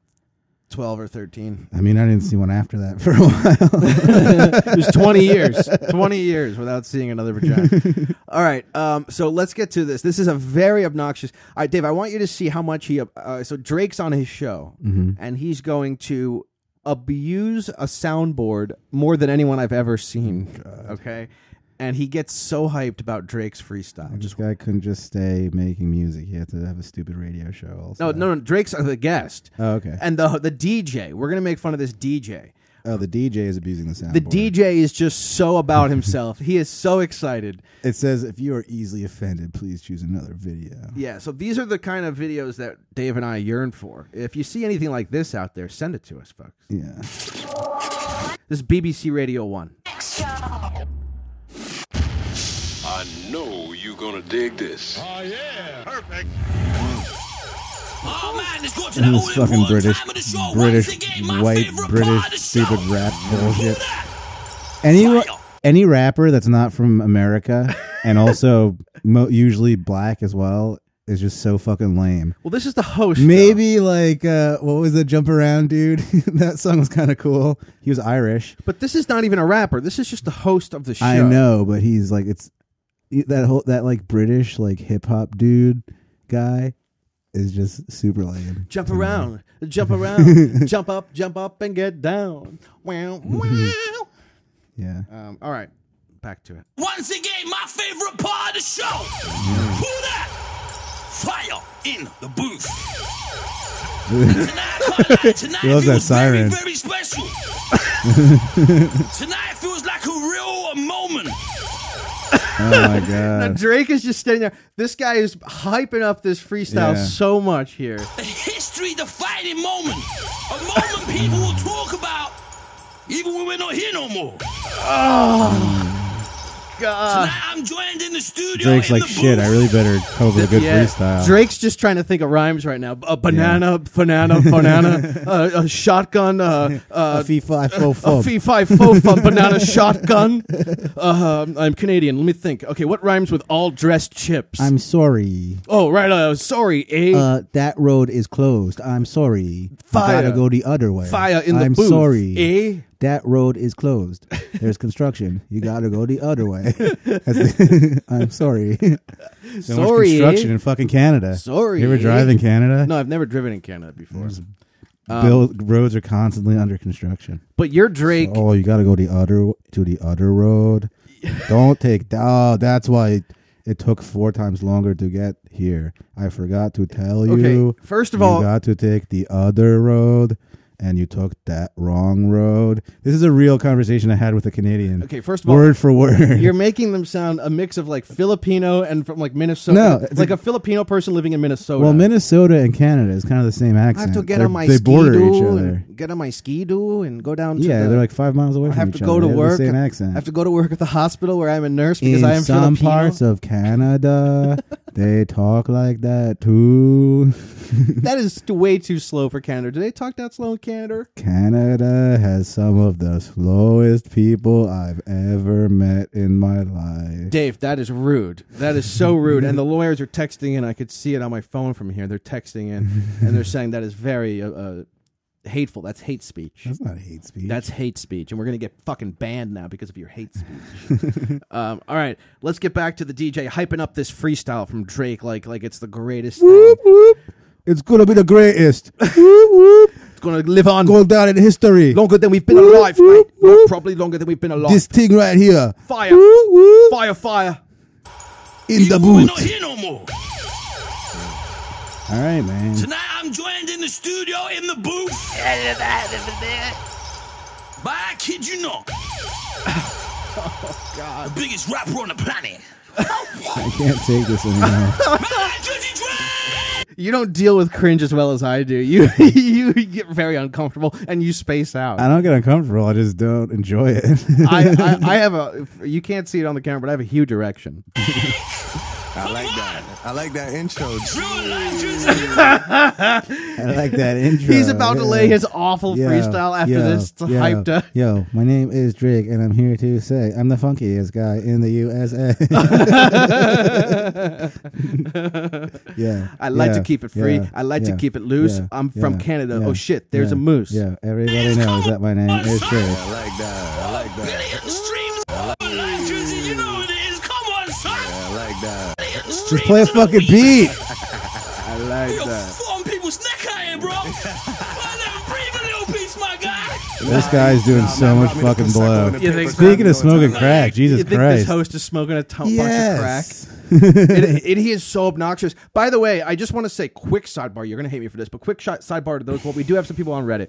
twelve or thirteen. I mean, I didn't see one after that for a while. It was 20 years. 20 years without seeing another vagina. All right. Um, so let's get to this. This is a very obnoxious. All right, Dave, I want you to see how much he. Uh, so Drake's on his show, and he's going to abuse a soundboard more than anyone I've ever seen. Okay. And he gets so hyped about Drake's freestyle. this Just guy couldn't just stay making music. He had to have a stupid radio show no, also. no, no. Drake's the guest. Oh, okay. And the the DJ. We're gonna make fun of this DJ. Oh, the DJ is abusing the sound. The DJ is just so about himself. he is so excited. It says if you are easily offended, please choose another video. Yeah, so these are the kind of videos that Dave and I yearn for. If you see anything like this out there, send it to us, folks. Yeah. This is BBC Radio 1. I know you're gonna dig this. Oh, And this fucking British, British, white, British, stupid rap bullshit. Any any rapper that's not from America and also mo- usually black as well is just so fucking lame. Well, this is the host. Maybe like uh, what was the jump around dude? that song was kind of cool. He was Irish. though. But this is not even a rapper. This is just the host of the show. I know, but he's like it's that whole that like British like hip hop dude guy is just super lame. Jump around, jump around, jump up, jump up, and get down. Wow, wow. Yeah. Um, all right, back to it. Once again, my favorite part of the show. Who that? Fire in the booth. tonight, Carlisle, tonight He loves that feels siren. very, very special. tonight feels like a real moment. Oh my Now, god. Drake is just standing there. This guy is hyping up this freestyle Yeah. so much here. A history defining moment. A moment people will talk about even when we're not here no more. God. Tonight I'm joined in the studio. Drake's in like the shit. I booth." really better come up with a good Yeah. freestyle. Drake's just trying to think of rhymes right now. A banana, banana, banana, uh, a shotgun, uh, uh, a fee fi fo a fum. fee fi fo fum banana shotgun. Uh, I'm Canadian. Let me think. Okay, what rhymes with all dressed chips? I'm sorry. oh, right. Uh, sorry, eh? Uh, that road is closed. I'm sorry. Fire. I gotta go the other way. Fire in the I'm booth. sorry. Eh? That road is closed. There's construction. You gotta go the other way. That's the- I'm sorry. so Sorry, eh? much construction in fucking Canada. Sorry, You ever eh? drive in Canada? no, um, I've never driven in Canada before. Build, roads are constantly under construction. But you're Drake. Oh, you gotta go the other to the other road. Don't take that. Oh, that's why it, it took four times longer to get here. I forgot to tell Okay, you. first of you all- got to take the other road, and you took that wrong road. This is a real conversation I had with a Canadian. Okay, first of all, word for word. You're making them sound a mix of like Filipino and from like Minnesota. No, It's like a Filipino person living in Minnesota. well, Minnesota and Canada is kind of the same I accent. have to get They're- on my They border skidoo each and other. Get on my skidoo and go down. To Yeah, the, they're like five miles away I from have each to go other. to They have work. The same accent. I have to go to work at the hospital where I'm a nurse because in I am some Filipino. parts of Canada, they talk like that too. that is way too slow for Canada. Do they talk that slow in Canada? Canada has some of the slowest people I've ever met in my life. Dave, that is rude. That is so rude. and the lawyers are texting in. I could see it on my phone from here. They're texting in and they're saying that is very uh, uh, hateful. That's hate speech. That's not hate speech. That's hate speach, and we're gonna get fucking banned now because of your hate speech. um, all right, let's get back to the DJ hyping up this freestyle from Drake, like like it's the greatest. thing. Whoop, whoop. It's gonna be the greatest. whoop, whoop. It's gonna live on Go down in history. longer than we've been Whoop, alive, mate. whoop, Lo- whoop. Probably longer than we've been alive. This thing right here. Fire. Whoop, whoop. fire, fire. In the People ain't not booth. here no more. All right, man. Tonight I'm joined in the studio in the booth by I kid you not. Oh, The biggest rapper on the planet. I can't take this anymore. Man, Drizzy Drake! You don't deal with cringe as well as I do. You you get very uncomfortable and you space out. I don't get uncomfortable. I just don't enjoy it. I, I, I have a you can't see it on the camera, but I have a huge erection. I like that. I like that intro. Real life Drizzy. I like that intro. He's about to lay Yeah. his awful Yo, freestyle after yo, this yo, hyped up. Yo, my name is Drake, and I'm here to say I'm the funkiest guy in the USA. yeah, I like yeah, to keep it free. yeah, I like yeah, to keep it loose. yeah, I'm from yeah, Canada. yeah, oh shit, there's yeah, a moose. Yeah, everybody knows that my name is Drake. I like that. I like that. Million streams. Real life Drizzy, you know what it is. Come on, son. I like that. Just play a fucking beat. I like You're on people's neck out here, bro. Let them breathe a little piece, my guy. This guy's doing so much fucking blow. You think- Speaking of smoking crack, Jesus you think Christ. this host is smoking a ton yes. bunch of crack? and, and he is so obnoxious. By the way, I just want to say, quick sidebar. You're gonna hate me for this, but quick shot sidebar to those. Well, we do have some people on Reddit.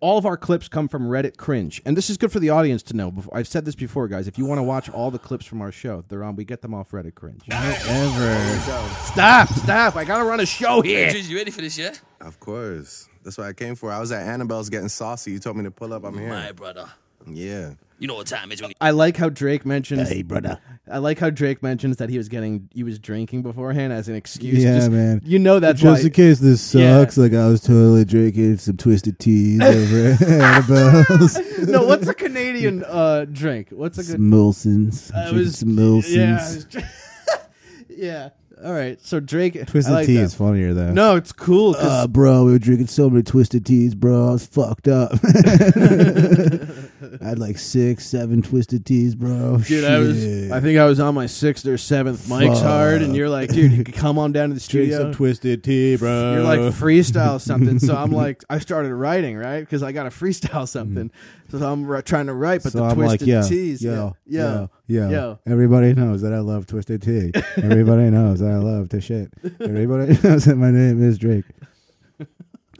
All of our clips come from Reddit cringe, and this is good for the audience to know. Before, I've said this before, guys. If you want to watch all the clips from our show, they're on. We get them off Reddit cringe. Ever. Stop, stop! I gotta run a show here. Drizzy, you ready for this, yeah? Of course. That's what I came for. I was at Annabelle's getting saucy. You told me to pull up. I'm My here. brother. Yeah. You know what time it is when you I like how Drake mentions. Hey, brother. I like how Drake mentions that he was getting, he was drinking beforehand as an excuse. Yeah, Just- man. You know that's Just why. in case this Yeah. sucks, like I was totally drinking some twisted teas over at Annabelle's. no, what's a Canadian uh, drink? What's a good? Some Molson's. I'm I drinking was- some Molson's. Yeah. I was dr- yeah. All right. So Drake. Twisted I like tea that. is funnier though. No, it's cool. 'cause Uh, bro, we were drinking so many twisted teas, bro. I was fucked up. I had like six, seven twisted teas, bro. Dude, I was. I think I was on my sixth or seventh Mike's hard, and you're like, dude, you could come on down to the drink studio. some twisted tea, bro. You're like freestyle something. So I'm like, I started writing, right? Because I got to freestyle something. So I'm r- trying to write, but Mm. so the I'm twisted like, yo, tees. yo, yeah, yo, yeah, yo, yeah. Everybody knows that I love twisted tea. Everybody knows that I love to shit. Everybody knows that my name is Drake.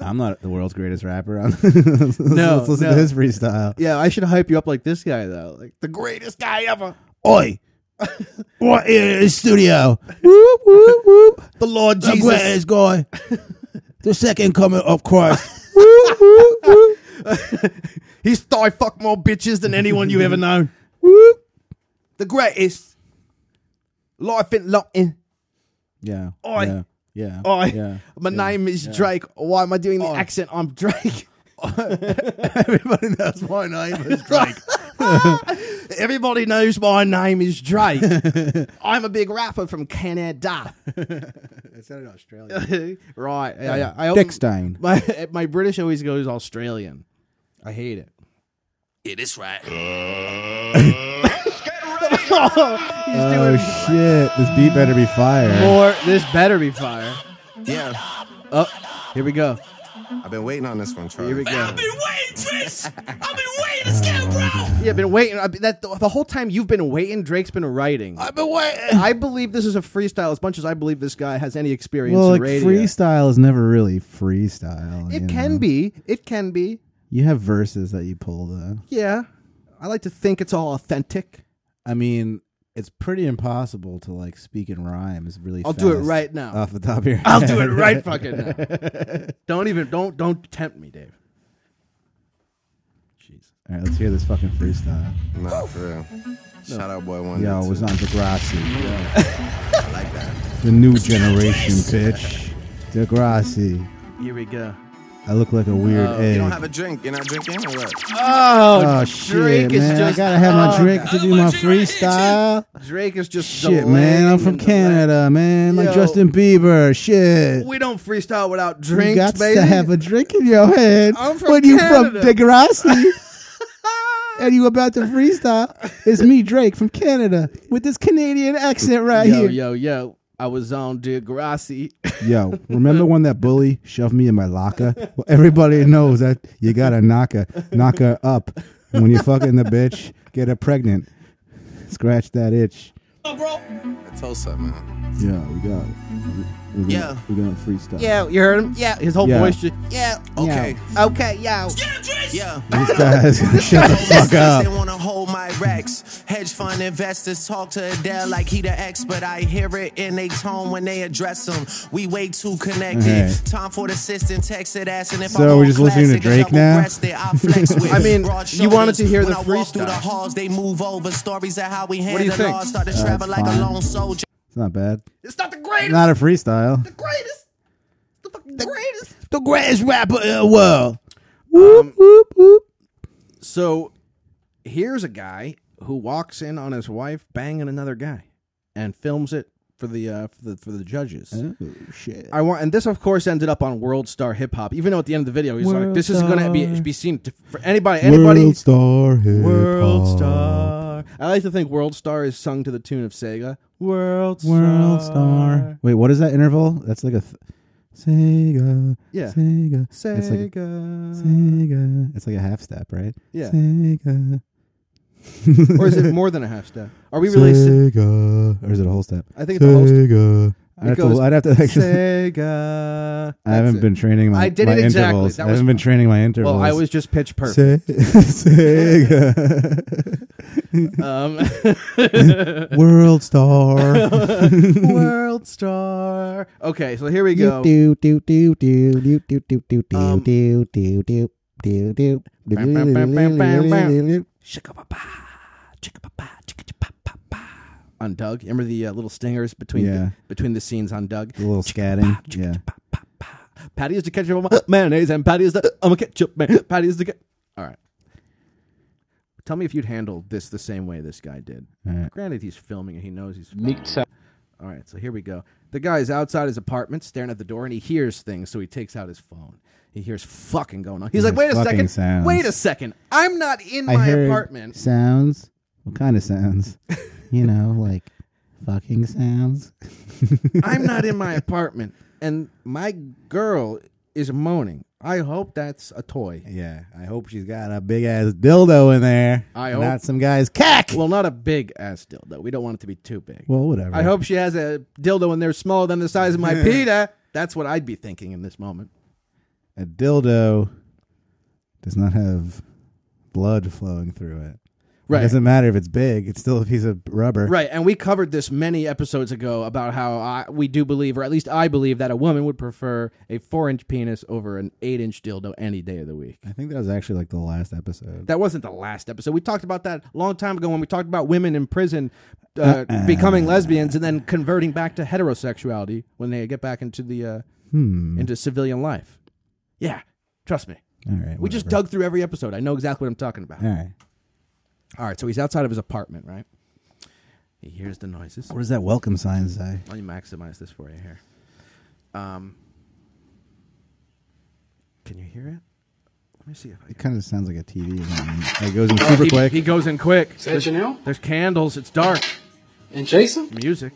I'm not the world's greatest rapper. I'm let's, No, let's listen no. to his freestyle. Yeah, I should hype you up like this guy though, like the greatest guy ever. Oi! what is studio? whoop, whoop, whoop. The Lord The Jesus. greatest guy. the second coming of Christ. He's thigh fuck more bitches than anyone you ever known. Whoop. The greatest. Life in London. Yeah. Oi. Yeah. Yeah. Oi. Yeah. My name is Drake. Why am I doing the accent? I'm Drake. Everybody knows my name is Drake. Everybody knows my name is Drake. I'm a big rapper from Canada. it's in Australia. right. Yeah, yeah. I, Dick Stein. My, my British always goes Australian. I hate it. Yeah, this right. Oh shit! This beat better be fire. Or this better be fire. Yeah. Oh, here we go. I've been waiting on this one, Charlie. Here we go. I've been waiting, Tris. I've been waiting to scale, bro. Yeah, been waiting. I, that the, the whole time you've been waiting, Drake's been writing. I've been waiting. I believe this is a freestyle as much as I believe this guy has any experience Well, in like radio. freestyle is never really freestyle. you it can know? be. It can be. You have verses that you pull though. Yeah. I like to think it's all authentic. I mean, it's pretty impossible to like speak in rhymes really. I'll do it fast right now. off the top of your. Head. I'll do it right fucking now. Don't even don't don't tempt me, Dave. Jeez. All right, let's hear this fucking freestyle. Nah, for real. Shout out, boy. One. Yo, Oh, it two. was on Degrassi. I like that. The new generation, bitch. Degrassi. Here we go. I look like a weird egg. You don't have a drink. You're not drinking or what? Oh, oh Drake shit, is man! just. I gotta have my oh, drink to do my freestyle. Drake is just. Shit, man! I'm delaying from and Canada, man. Like Yo. Justin Bieber. Shit. delaying. We don't freestyle without you drinks, got baby. to have a drink in your hand I'm from when you from Canada. Degrassi. and you about to freestyle. It's me, Drake, from Canada, with this Canadian accent right yo, here. yo, yo. I was on Degrassi. Yo, remember when that bully shoved me in my locker? Well, everybody knows that you gotta knock her, knock her up. When you fucking the bitch, get her pregnant. Scratch that itch. Tulsa, man. Yeah, we got. We're gonna, Yeah. we're gonna freestyle. Yeah, you heard him? Yeah, his whole Yeah. voice. Just, yeah. Okay. Okay, yo. Yeah. This guy is gonna shut the fuck up. They wanna hold my Rex. Hedge fund investors talk to Adele like he the ex, but I hear it in they tone when they address him. We way too connected. Alright. Time for the assistant text it ass and if So I'm we're on just listening to classic, Drake now? double-breasted, I flex with I mean, broad you wanted to hear shoulders. the When I walk through the freestyle. halls, they move over. Stories of how we do you handle think? laws. Start to travel like fine. a lone soldier. It's not bad. It's not the greatest. Not a freestyle. greatest. The fucking greatest. the greatest rapper in the world. Whoop, whoop, whoop. Um, So here's a guy who walks in on his wife banging another guy and films it for the uh, for the for the judges. Oh, shit. I want, and this, of course, ended up on World Star Hip Hop. Even though at the end of the video, he's like, World "This is gonna be Star. be seen to, for anybody, anybody." World star hip World hop. Star. I like to think World Star is sung to the tune of Sega. World Star. World star. Wait, what is that interval? That's like a th- Sega. Yeah. Sega. It's like a, Sega. Sega. It's like a half step, right? Yeah. Sega. or is it more than a half step? Are we really? si- Sega. Or is it a whole step? I think it's a whole step. Sega. I'd have, goes, to, I'd have to actually. Sega. I haven't That's it. been training my, I did my it exactly. intervals. That I was- haven't been training my intervals. Well, I was just pitch perfect. Se- Sega. Um, World star. world star. Okay, so here we go. do do do do do do do do do Um, do do do do do. Bam, bam, bam, bam, bam, bam. On Doug, remember the uh, little stingers between Yeah. the, between the scenes on Doug. A little scatting. Yeah. Patty is the ketchup on my mayonnaise, and Patty is the I'm a ketchup man. Patty is the. Ke- All right. Tell me if you'd handle this the same way this guy did. Alright. Granted, he's filming and he knows he's filming. All right, so here we go. The guy is outside his apartment, staring at the door, and he hears things. So he takes out his phone. He hears fucking going on. He's like, "Wait hears a fucking second! sounds. Wait a second! I'm not in I my heard apartment." sounds. What kind of sounds? You know, like fucking sounds. I'm not in my apartment, and my girl is moaning. I hope that's a toy. Yeah, I hope she's got a big ass dildo in there. I and hope- not some guy's cack. Well, not a big ass dildo. We don't want it to be too big. Well, whatever. I hope she has a dildo in there smaller than the size of my pita. That's what I'd be thinking in this moment. a dildo does not have blood flowing through it. Right. It doesn't matter if it's big; it's still a piece of rubber. Right, and we covered this many episodes ago about how I, we do believe, or at least I believe, that a woman would prefer a four-inch penis over an eight-inch dildo any day of the week. I think that was actually like the last episode. That wasn't the last episode. We talked about that a long time ago when we talked about women in prison uh, Uh-uh. becoming lesbians and then converting back to heterosexuality when they get back into the uh, Hmm. into civilian life. Yeah, trust me. All right. We just whatever. dug through every episode. I know exactly what I'm talking about. All right. All right, so he's outside of his apartment, right? He hears the noises. What does that welcome sign say? Let me maximize this for you here. Um, can you hear it? Let me see if I. It kind of sounds like a TV. or something. It goes in Oh, super he, quick. he goes in quick. Is that Janelle? There's candles. It's dark. And Jason? Music.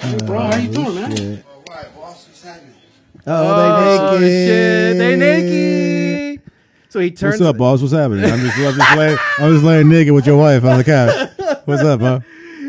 Hey, bro, how you doing, man? Shit. Oh, Oh, they naked. shit, they naked. So he turns. What's up, boss? What's happening? I'm just, I'm just laying, I'm just laying naked with your wife on the couch. What's up, huh?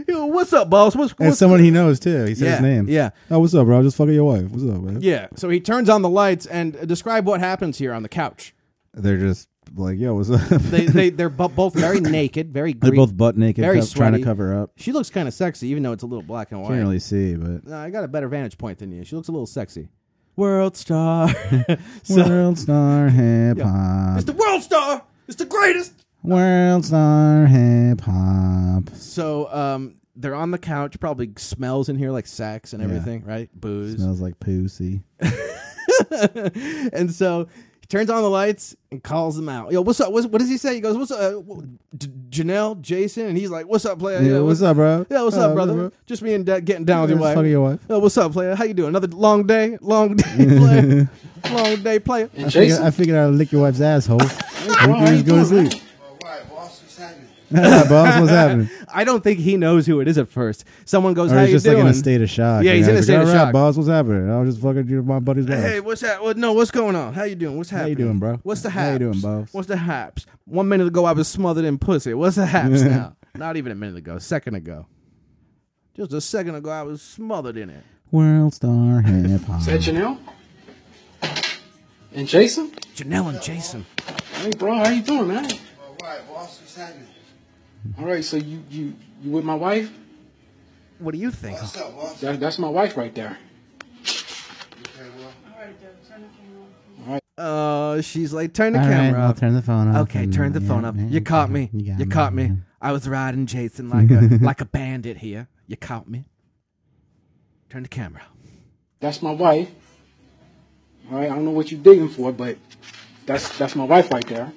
Yo, what's up, boss? What's, And what's someone he knows too. He said Yeah, his name. yeah. Oh, what's up, bro? I'm just fucking your wife. What's up, man? Yeah. So he turns on the lights and uh, describe what happens here on the couch. They're just like, yo, what's up? They they they're bu- both very naked, very. They're green. both butt naked, very co- trying sweaty. to cover up. She looks kind of sexy, even though it's a little black and white. Can't really see, but No, I got a better vantage point than you. She looks a little sexy. World star. so, World Star Hip Hop. it's the world star. It's the greatest. World Star Hip Hop. So um, they're on the couch. Probably smells in here like sex and Yeah. everything, right? Booze. Smells like poo. See, and so he turns on the lights and calls them out. Yo, what's up? What's, what does he say? He goes, "What's up, uh, wh- J- Janelle, Jason?" And he's like, "What's up, player? Yeah, what's up, bro? Yeah, what's Uh, up, brother? bro? Just me and Dad getting down with Yeah, your just wife. fucking your wife. Yo, what's up, player? How you doing? Another long day, long day, player, long day, player. I figured, I figured I'd lick your wife's asshole. and you can just go to sleep. Alright, boss, what's happening? I don't think he knows who it is at first. Someone goes, Or "How he's you just doing?" like in a state of shock. Yeah, you he's know? in a Like, state of "All right, shock." boss, what's happening? I was just fucking you, my buddy's wife. Hey, what's that? What, no, what's going on? How you doing? What's happening? you doing, bro? What's the haps? How you doing, boss? What's the haps? One minute ago, I was smothered in pussy. What's the haps now? Not even a minute ago. A second ago. Just a second ago, I was smothered in it. World star hip hop. Is that Janelle? And Jason? Janelle and Jason. Hey, bro, how you doing, man? All right, so you you you with my wife? What do you think? That, that's my wife right there. Uh, she's like, turn the All right, camera I'll off. turn the phone off. Okay, and, turn the yeah, phone up. man, You caught me. You, You, got caught me. I was riding Jason like a like a bandit here. You caught me. Turn the camera. off. That's my wife. All right, I don't know what you digging for, but that's that's my wife right there.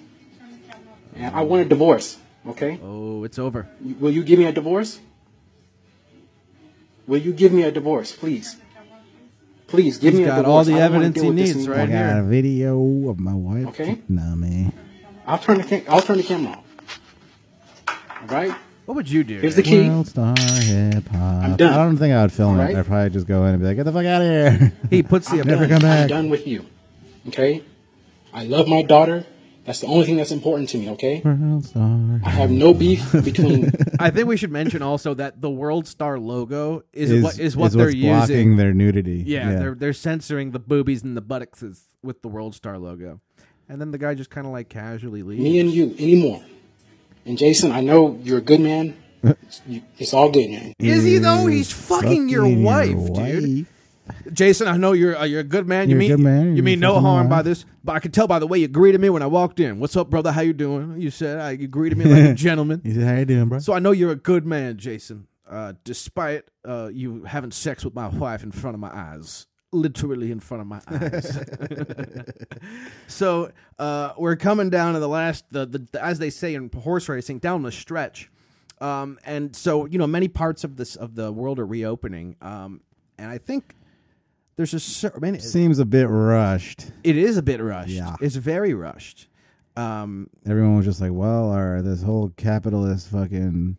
And I want a divorce. Okay, Oh, it's over. You- will you give me a divorce? Will you give me a divorce, please? Please give He's me a got divorce. all the I don't wanna evidence deal he with this needs, anymore. I right? got here. a video of my wife. Okay. No, man. I'll turn the cam- I'll turn the camera off. All right, What would you do? here's the key. World star hip hop. I'm done. I don't think I would film Alright. it. I'd probably just go in and be like, get the fuck out of here. He puts the Never done. come I'm back. done with you. Okay? I love my daughter. That's the only thing that's important to me, okay? World star. I have no beef between I think we should mention also that the World Star logo is, Is, what is what is they're what's blocking using. their nudity. yeah, they're they're censoring the boobies and the buttocks with the World Star logo. And then the guy just kind of like casually leaves. me and you anymore. And Jason, I know you're a good man. It's, you- it's all good, man. Is he though? He's fucking your Fucking wife, dude. Jason, I know you're uh, you're a good man. You mean You're a good man. you You're mean no fucking harm by wife. this, but I could tell by the way you greeted me when I walked in. What's up, brother? How you doing? You said I you greeted me like a gentleman. He said, how you doing, bro? So I know you're a good man, Jason. Uh, despite uh, you having sex with my wife in front of my eyes, literally in front of my eyes. so uh, we're coming down to the last, the, the, as they say in horse racing, down the stretch. Um, and so you know, many parts of this of the world are reopening. Um, and I think there's a certain. I mean, it- Seems a bit rushed. it is a bit rushed. Yeah. It's very rushed. Um, everyone was just like, "Well, our this whole capitalist fucking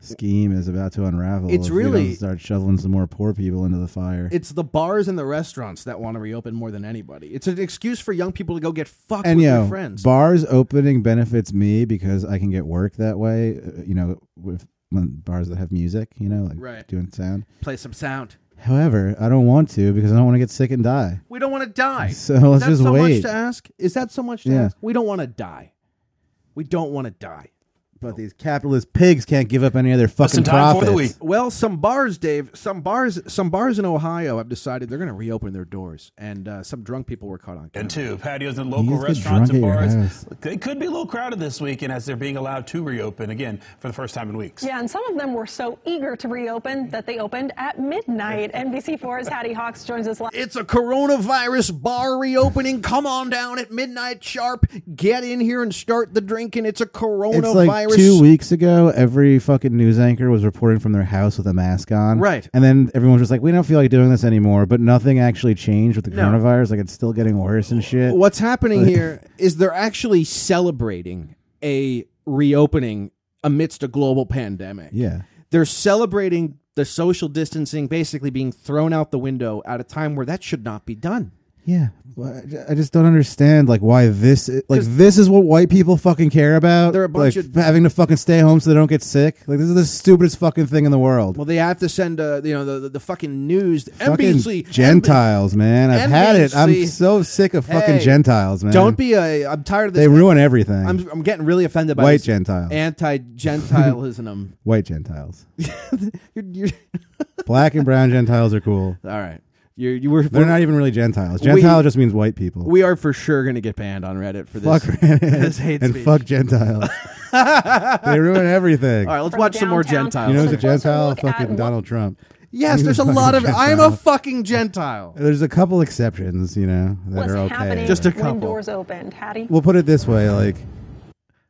scheme is about to unravel." It's if we don't really- start shoveling some more poor people into the fire. It's the bars and the restaurants that want to reopen more than anybody. It's an excuse for young people to go get fucked and with you their know, friends. bars opening benefits me because I can get work that way. uh, You know, with when bars that have music, you know, like Right. doing sound. Play some sound. However, I don't want to because I don't want to get sick and die. We don't want to die. So let's Is that just so much wait. to ask? Is that so much to Yeah. ask? We don't want to die. We don't want to die. But these capitalist pigs can't give up any of their fucking time for profits. the Well, some bars, Dave, some bars, some bars in Ohio have decided they're going to reopen their doors, and uh, some drunk people were caught on camera. And two patios and You local just get restaurants drunk and at your bars. house. It could be a little crowded this weekend as they're being allowed to reopen again for the first time in weeks. Yeah, and some of them were so eager to reopen that they opened at midnight. NBC4's Hattie Hawks joins us live. It's a coronavirus bar reopening. Come on down at midnight sharp. Get in here and start the drinking. It's a It's coronavirus. like two weeks ago, every fucking news anchor was reporting from their house with a mask on. Right. And then everyone was just like, we don't feel like doing this anymore. But nothing actually changed with the coronavirus. Like, it's still getting worse and shit. What's happening here is they're actually celebrating a reopening amidst a global pandemic. Yeah. They're celebrating the social distancing basically being thrown out the window at a time where that should not be done. Yeah. Well, I I just don't understand, like, why this, i- like, this is what white people fucking care about. They're a bunch like, of- having to fucking stay home so they don't get sick. Like, this is the stupidest fucking thing in the world. Well, they have to send uh, you know the, the, the fucking news. fucking NBC, Gentiles, man. I've had it. I'm NBC. so sick of fucking Hey, Gentiles, man. Don't be a. I'm tired of this. They ruin everything. I'm, I'm getting really offended by White this Gentiles. anti-Gentilism. white Gentiles. You're- you're- Black and brown Gentiles are cool. all right. You're, you were They're not even really Gentiles. Gentile just means white people. We are for sure going to get banned on Reddit for Fuck this. Reddit this hate and speech. fuck Gentiles. they ruin everything. All right, let's watch some more Gentiles. You know, who's a Gentile? Fucking Donald Trump. Yes, He's there's a fucking lot of. I'm a Gentile. fucking Gentile. There's a couple exceptions, you know, that What's are okay. happening when doors opened, Hattie? We'll put it this way: like,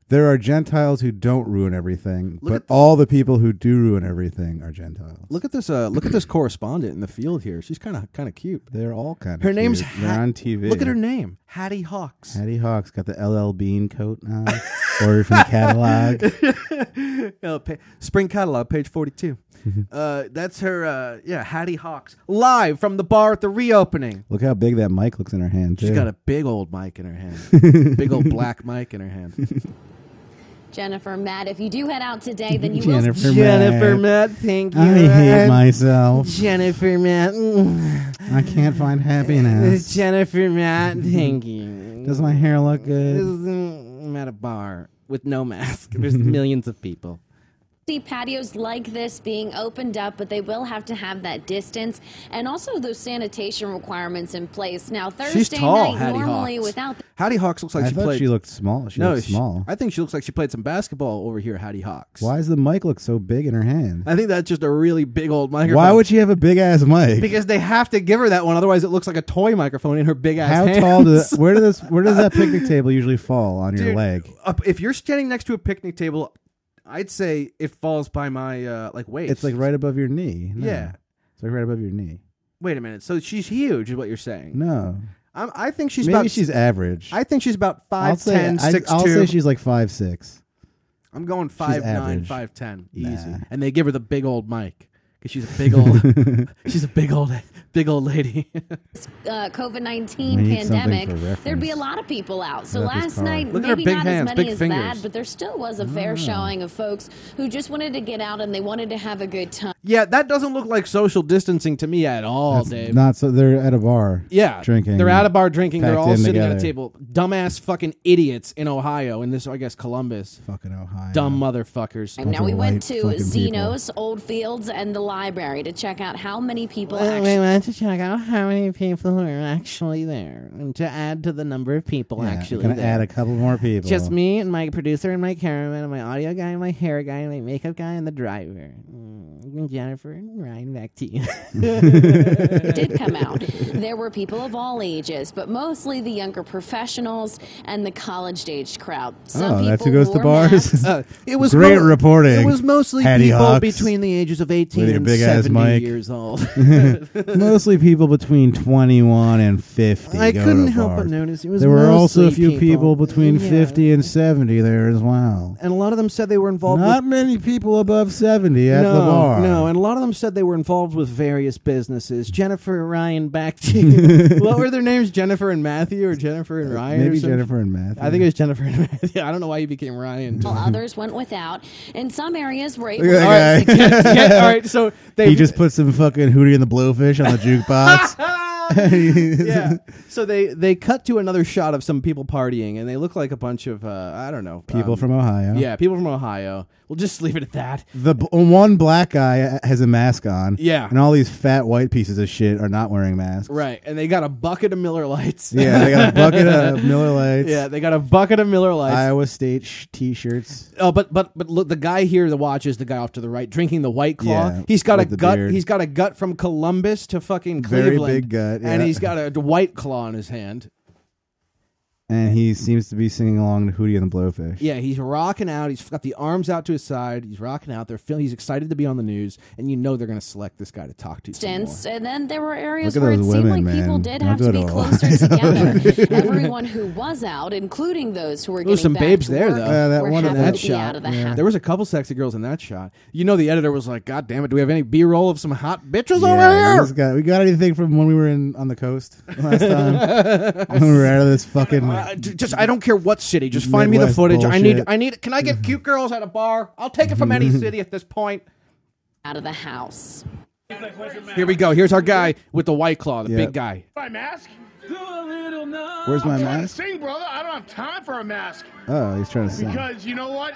there are Gentiles who don't ruin everything, Look but all the people who do ruin everything are Gentiles. Look at this. Uh, look at this correspondent in the field here. She's kind of kind of cute. They're all kind of. Her name's they're Hat- on TV. Look at her name, Hattie Hawks. Hattie Hawks got the LL Bean coat on, ordered from the catalog. Uh, pa- spring catalog, page 42. uh, that's her, uh, yeah, Hattie Hawks, live from the bar at the reopening. Look how big that mic looks in her hand. She's too. got a big old mic in her hand, big old black mic in her hand. Jennifer, Matt, if you do head out today, then you Jennifer, will. Jennifer Matt, thank I hate myself. Jennifer Matt. I can't find happiness. Jennifer Matt, thank you. Does my hair look good? I'm mm, at a bar with no mask. There's millions of people. see patios like this being opened up, but they will have to have that distance and also those sanitation requirements in place. Now, Thursday She's tall, night, Hattie normally Hawks. without Hattie Hawks looks like I she thought played. she looked small. She no, looked small. I think she looks like she played some basketball over here, Hattie Hawks. Why does the mic look so big in her hand? I think that's just a really big old microphone. Why would she have a big ass mic? Because they have to give her that one, otherwise it looks like a toy microphone in her big ass. How tall does where does this where does that picnic table usually fall on your Dude, leg? up- if you're standing next to a picnic table, I'd say it falls by my uh, like waist. It's like right above your knee. No. Yeah. it's like right above your knee. Wait a minute. So she's huge, is what you're saying? No, I'm, I think she's maybe about, she's average. I think she's about I'll five say, ten, I, six I'll two. say she's like five six. I'm going five nine, average. five ten, easy. And they give her the big old mic because she's a big old, she's a big old, big old lady. uh, COVID We 19 need something pandemic, for reference. there'd be a lot of people out. So Look at this last car. night, Look at her maybe big not hands, as big many as fingers. Mm. that, but there still was a fair showing of folks who just wanted to get out and they wanted to have a good time. yeah, that doesn't look like social distancing to me at all, That's Dave. Not so they're at a bar. Yeah, drinking. They're at a bar drinking. They're packed all in sitting at a together. table. Dumbass fucking idiots in Ohio, and this I guess Columbus. Fucking Ohio. Dumb motherfuckers. Now we went to Zeno's, Old Fields, and the library to check out how many people Well, actually we went to check out how many people were actually there, and to add to the number of people Yeah, actually gonna there. add a couple more people. Just me and my producer and my cameraman and my audio guy and my hair guy and my makeup guy and the driver. Mm, Jennifer, Ryan, back to you. did come out. There were people of all ages, but mostly the younger professionals and the college-aged crowd. Some oh, people that's who goes to wore bars. Uh, it was great mo- reporting. It was mostly Hattie people Hawks between the ages of eighteen with your and big ass seventy mic. years old. mostly people between 21 and 50. I go couldn't to help but bars. notice it was There were also a mostly few people. people, between Yeah. 50 and 70 there as well. and a lot of them said they were involved. Not with, many people above 70 at no, the bar. no, and a lot of them said they were involved with various businesses. Jennifer, Ryan, back to you. what were their names? Jennifer and Matthew, or Jennifer and Ryan? or Uh, Maybe something? Jennifer and Oh, Matthew. I think it was Jennifer and Matthew. I don't know why you became Ryan. While others went without, in some areas were able Look at to that guy. Yeah, all right, so they he just put some fucking Hootie and the Blowfish on the Um, jukebox. yeah. So they they cut to another shot of some people partying, and they look like a bunch of uh, I don't know People um, from Ohio. Yeah, people from Ohio. We'll just leave it at that. The b- uh, one black guy uh, has a mask on. Yeah. And all these fat white pieces of shit are not wearing masks. Right, and they got a bucket of Miller Lights. Yeah, they got a bucket of Miller Lights. Yeah, they got a bucket of Miller Lights. Iowa State sh- t-shirts. Oh, but but but look, the guy here, the watch is the guy off to the right, drinking the white claw. Yeah, he's got a with the gut. beard. He's got a gut from Columbus to fucking Very Cleveland. big gut, and yeah. he's got a white claw in his hand. And he seems to be singing along to Hootie and the Blowfish. Yeah, he's rocking out. He's got the arms out to his side. He's rocking out. They're feel, he's excited to be on the news, and you know they're going to select this guy to talk to. some more. distance, and then there were areas Look at where it those seemed like women, people man. did Don't have go to be to closer Ohio. together. Everyone who was out, including those who were There was some getting back babes to there work, though. were happy that to be shot. out of the Yeah. house. There was a couple sexy girls in that shot. You know, the editor was like, "God damn it, do we have any B-roll of some hot bitches Yeah, we over just here?" got- we got anything from when we were in on the coast last time? when we were out of this fucking. Uh, j- just I don't care what city. Just find me the Midwest footage. I need. bullshit. I need. Can I get cute girls at a bar? I'll take it from any city at this point. Out of the house. Here we go. Here's our guy with the white claw, the big guy. My mask? Where's my I'm trying to mask? Sing, brother. I don't have time for a mask. Oh, he's trying to sing. Because you know what?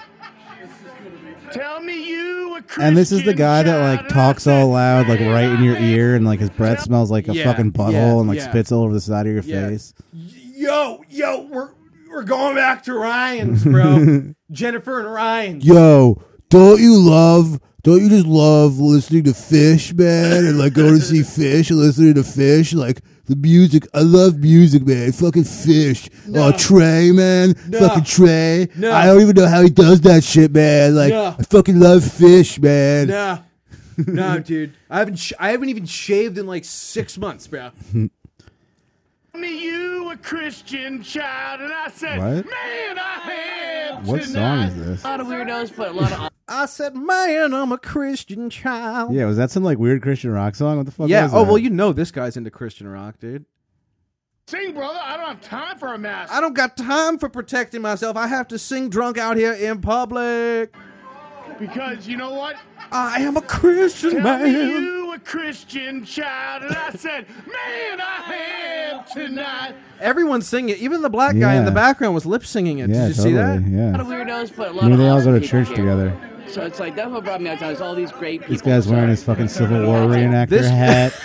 Tell me you a And this is the guy that like talks all loud, like right in your ear, and like his breath smells like a Yeah, fucking butthole, yeah, and like yeah. spits all over the side of your Yeah. face. Yo, yo, we're we're going back to Ryan's, bro. Jennifer and Ryan. Yo, don't you love? Don't you just love listening to Fish, man, and like going to see Fish and listening to Fish, like the music? I love music, man. Fucking Fish, oh Trey, man, No. fucking Trey. No. I don't even know how he does that shit, man. Like No. I fucking love Fish, man. No, no, dude, I haven't sh- I haven't even shaved in like six months, bro. Tell me you a Christian child, and I said, What? man, I am. What song is this? A lot of weirdos, but a lot of. I said, man, I'm a Christian child. Yeah, was that some like weird Christian rock song? What the fuck? yeah. was Oh that? well, you know this guy's into Christian rock, dude. Sing, brother. I don't have time for a mess. I don't got time for protecting myself. I have to sing drunk out here in public. Because you know what? I am a Christian Tell man. Me you a Christian child, and I said, man, I am tonight. Everyone's singing it. Even the black guy in the Yeah. background was lip singing it. Yeah, Did you see that? totally, yeah. A lot of weirdos, but a Maybe they all go to church together. So it's like that's what brought me out. It's all these great This guy's wearing his fucking Civil War reenactor This- hat.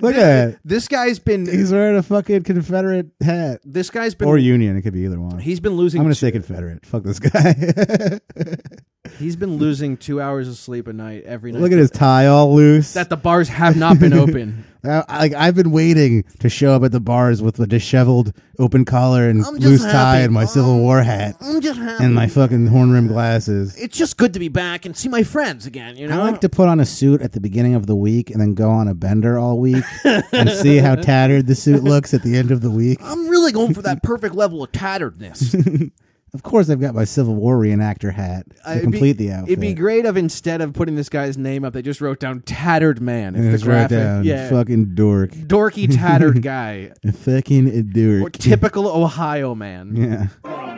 Look at it. This guy's been He's wearing a fucking Confederate hat. This guy's been- or Union. It could be either one. He's been losing I'm gonna two- say Confederate. Fuck this guy. He's been losing two hours of sleep a night every night. Look at his tie all loose. Uh, That the bars have not been open. I, I, I've been waiting to show up at the bars with a disheveled open collar and I'm just loose tie happy. and my Civil War hat I'm just happy. and my fucking horn rimmed glasses. It's just good to be back and see my friends again. You know, I like to put on a suit at the beginning of the week and then go on a bender all week and see how tattered the suit looks at the end of the week. I'm really going for that perfect level of tatteredness. of course, I've got my Civil War reenactor hat Uh, to it'd be- complete the outfit. It'd be great if instead of putting this guy's name up, they just wrote down "tattered man." If And the it's right graphic, down, yeah, fucking dork, dorky tattered guy, fucking dork, or typical Ohio man. yeah.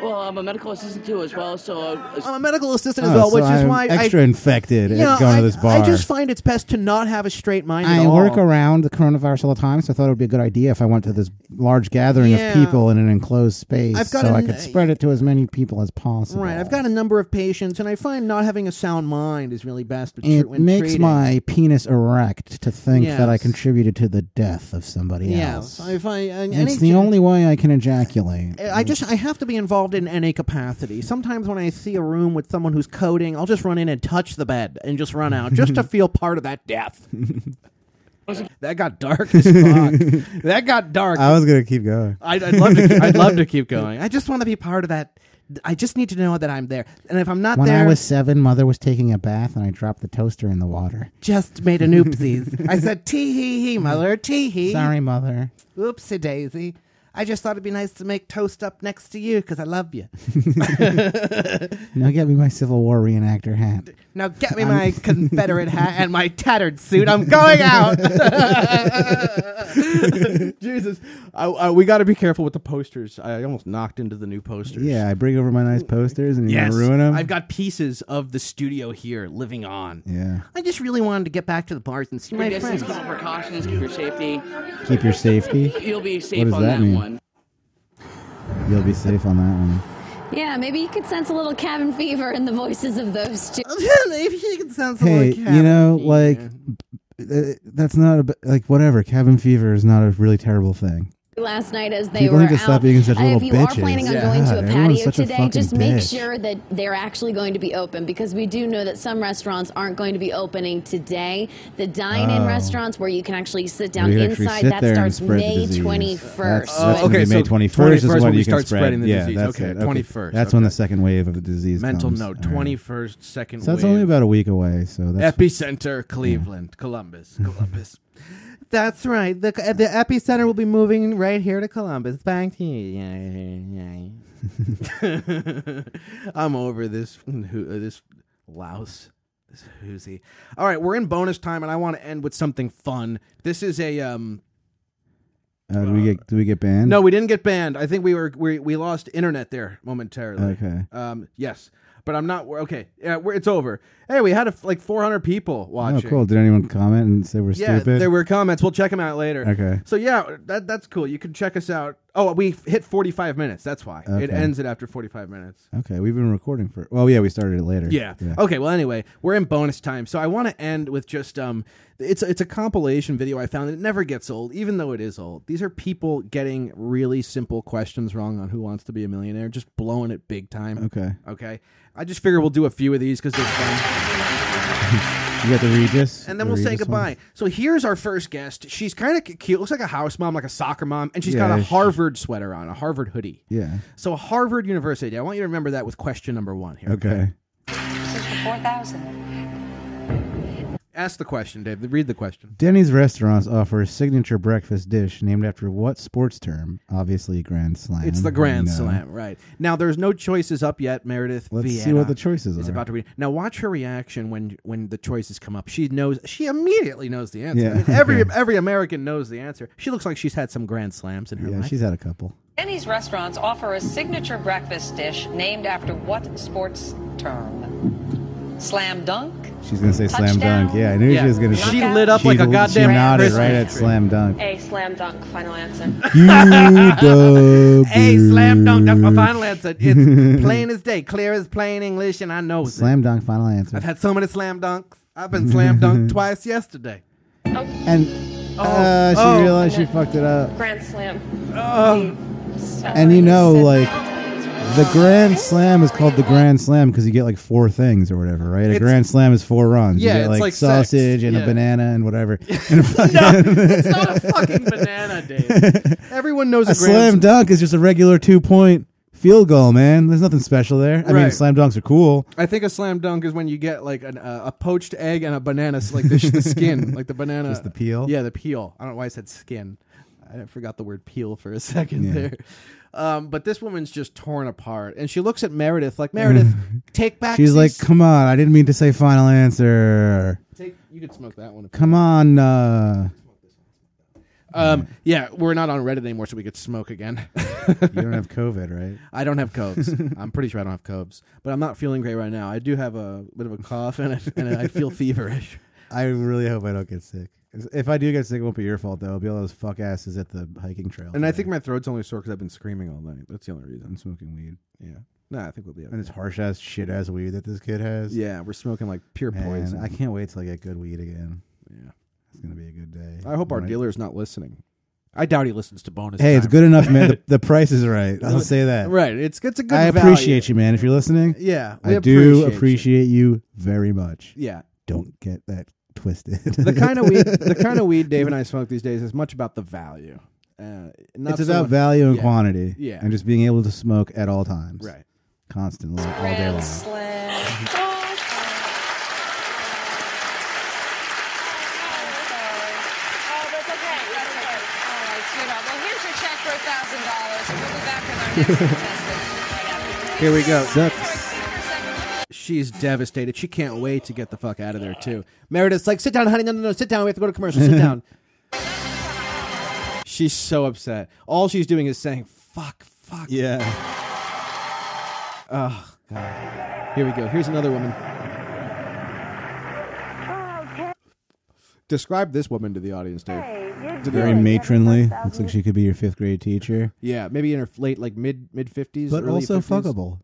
Well, I'm a medical assistant too, as well. So uh, I'm a medical assistant Oh, as well, so which is I'm why extra I, infected you know, at going I, to this bar. I just find it's best to not have a straight mind. I at all. work around the coronavirus all the time, so I thought it would be a good idea if I went to this large gathering Yeah. of people in an enclosed space, I've got so I an- could spread it to as many people as possible. Right, I've got a number of patients, and I find not having a sound mind is really best. to treat- It when makes treating. my penis erect to think that I Yes. contributed to the death of somebody yes. else. If I, and it's any- the only way I can ejaculate. I just I have to be involved in any capacity. Sometimes when I see a room with someone who's coding, I'll just run in and touch the bed and just run out just to feel part of that death. that got dark as fuck. that got dark. I was gonna keep going. I'd, I'd love to. I'd love to keep going. I just want to be part of that. I just need to know that I'm there. And if I'm not When there, I was seven, mother was taking a bath, and I dropped the toaster in the water. just made an oopsies. I said tee hee hee, mother tee hee. Sorry, mother. Oopsie daisy. I just thought it'd be nice to make toast up next to you because I love you. Now get me my Civil War reenactor hat. Now get me my Confederate hat and my tattered suit. I'm going out. Jesus, I, I, we got to be careful with the posters. I almost knocked into the new posters. Yeah, I bring over my nice posters, and you're Yes. gonna ruin them. I've got pieces of the studio here living on. Yeah. I just really wanted to get back to the bars and see keep my your distance, keep friends. your precautions, keep your safety. Keep your safety. You'll be safe What does on that that, mean? one. You'll be safe on that one. Yeah, maybe you could sense a little cabin fever in the voices of those two. maybe you could sense Hey, you know, like uh, that's not a b- like whatever. Cabin fever is not a really terrible thing. last night as they People were need to out. stop being such Uh, little if you bitches. are planning on Yeah. going to God, a everyone's patio such a today, fucking just make bitch. sure that they're actually going to be open because we do know that some restaurants aren't going to be opening today. The dine-in Oh. restaurants where you can actually sit down Where you can actually inside sit that there and starts spread the May disease. twenty That's, first. that's gonna Oh, okay, be May so 21st is 21st when when you we can start spread. spreading the yeah, disease. That's Okay, it. 21st, That's when the second wave of the disease. Mental comes. note: All right. twenty first, second. So that's wave. only about a week away. So that's epicenter, Cleveland, Columbus, Columbus. That's right. The uh, the epicenter will be moving right here to Columbus. Back to you. I'm over this who- uh, this louse. This hoozy. All right, we're in bonus time, and I want to end with something fun. This is a um. Uh, do we get do we get banned? No, we didn't get banned. I think we were we we lost internet there momentarily. Okay. Um. Yes, but I'm not. we're- Okay. Yeah. We're, it's over. Hey, we had a f like 400 people Oh, watching. cool. Did anyone comment and say we're Yeah, stupid? there were comments. We'll check them out later. Okay. So yeah, that that's cool. You can check us out Oh, we hit 45 minutes. That's why it Okay. ends it after 45 minutes. Okay, we've been recording for. Well, yeah, we started it later. Yeah. Oh. Okay. Well, anyway, we're in bonus time, so I want to end with just um, it's it's a compilation video I found. It never gets old, even though it is old. These are people getting really simple questions wrong on Who Wants to Be a Millionaire, just blowing it big time. Okay. Okay. I just figure we'll do a few of these because they're fun, You got the Regis, and then the we'll say Regis goodbye. one? So here's our first guest. She's kind of cute. Looks like a house mom, like a soccer mom, and she's Yeah, got a she- Harvard sweater on, a Harvard hoodie. Yeah. So Harvard University. I want you to remember that with question number one here. Okay. 64,000. Ask the question, Dave. Read the question. Denny's restaurants offer a signature breakfast dish named after what sports term? Obviously, Grand Slam. It's the Grand No. Slam, right? Now there's no choices up yet. Meredith, Let's see Vieira what the choices is are. about to read. Now watch her reaction when when the choices come up. She knows. She immediately knows the answer. Yeah. I mean, every every American knows the answer. She looks like she's had some Grand Slams in her Yeah, life. she's had a couple. Denny's restaurants offer a signature breakfast dish named after what sports term? Slam dunk? She's gonna say slam Touchdown. dunk. Yeah, I knew Yeah. she was gonna. She say- lit up she like a l- goddamn She nodded Christmas right at tree. slam dunk. A slam dunk, final answer. hey, slam dunk. That's my final answer. It's plain as day, clear as plain English, and I know it. Slam dunk. Final answer. I've had so many slam dunks. I've been slam dunked twice yesterday. And Oh. uh, she Oh. realized she fucked it up. Grand slam. And you know, like the Grand Slam is called the Grand Slam because you get like four things or whatever, right? It's- a Grand Slam is four runs. Yeah, you get it's like, like sex. sausage and Yeah. a banana and whatever. And a fucking- it's not a fucking banana, Dave. Everyone knows a a Grand slam dunk is just a regular two point field goal, man. There's nothing special there. I mean, Right. slam dunks are cool. I think a slam dunk is when you get like an, uh, a poached egg and a banana, s- like the, sh- the skin, like the banana. Just the peel? Yeah, the peel. I don't know why I said skin. I forgot the word peel for a second Yeah. there. Um, but this woman's just torn apart, and she looks at Meredith like Meredith, take back. She's like, these- "Come on, I didn't mean to say final answer. Take- you could smoke that one. if you Come on." Uh, Um, yeah, we're not on Reddit anymore, so we could smoke again. you don't have COVID, right? I don't have COVID. I'm pretty sure I don't have COVID, but I'm not feeling great right now. I do have a bit of a cough and, a, and a, I feel feverish. I really hope I don't get sick. If I do get sick, it won't be your fault though. It'll be all those fuck asses at the hiking trail. And I think my throat's only sore because I've been screaming all night. That's the only reason. I'm smoking weed. Yeah. No, I think we'll be okay. and this harsh ass shit ass weed that this kid has. Yeah, we're smoking like pure Man, poison. I can't wait till I get good weed again. Yeah, it's gonna be a good day. I hope our Right. dealer's not listening. I doubt he listens to bonus. Hey, it's Time. good enough, man. The, the price is right. I'll say that. Right. It's it's a good. I appreciate you, man. If you're listening, Yeah, we I do appreciate you. appreciate you. very much. Yeah. don't get that twisted. the kind of weed. The kind of weed Dave and I smoke these days is much about the value. Uh, not it's so about much- value and yeah. quantity, Yeah. and just being able to smoke at all times, Right. Constantly, all day long. Here we go. Sucks. She's devastated. She can't wait to get the fuck out of there too. Meredith's like, sit down, honey. No, no, no. Sit down. We have to go to commercial. Sit down. She's so upset. All she's doing is saying, "Fuck, fuck." Yeah. Oh God. Here we go. Here's another woman. Describe this woman to the audience, Dave. To the Very audience. matronly. Looks like she could be your fifth grade teacher. Yeah, maybe in her late, like mid mid fifties, But early also 50s. fuckable.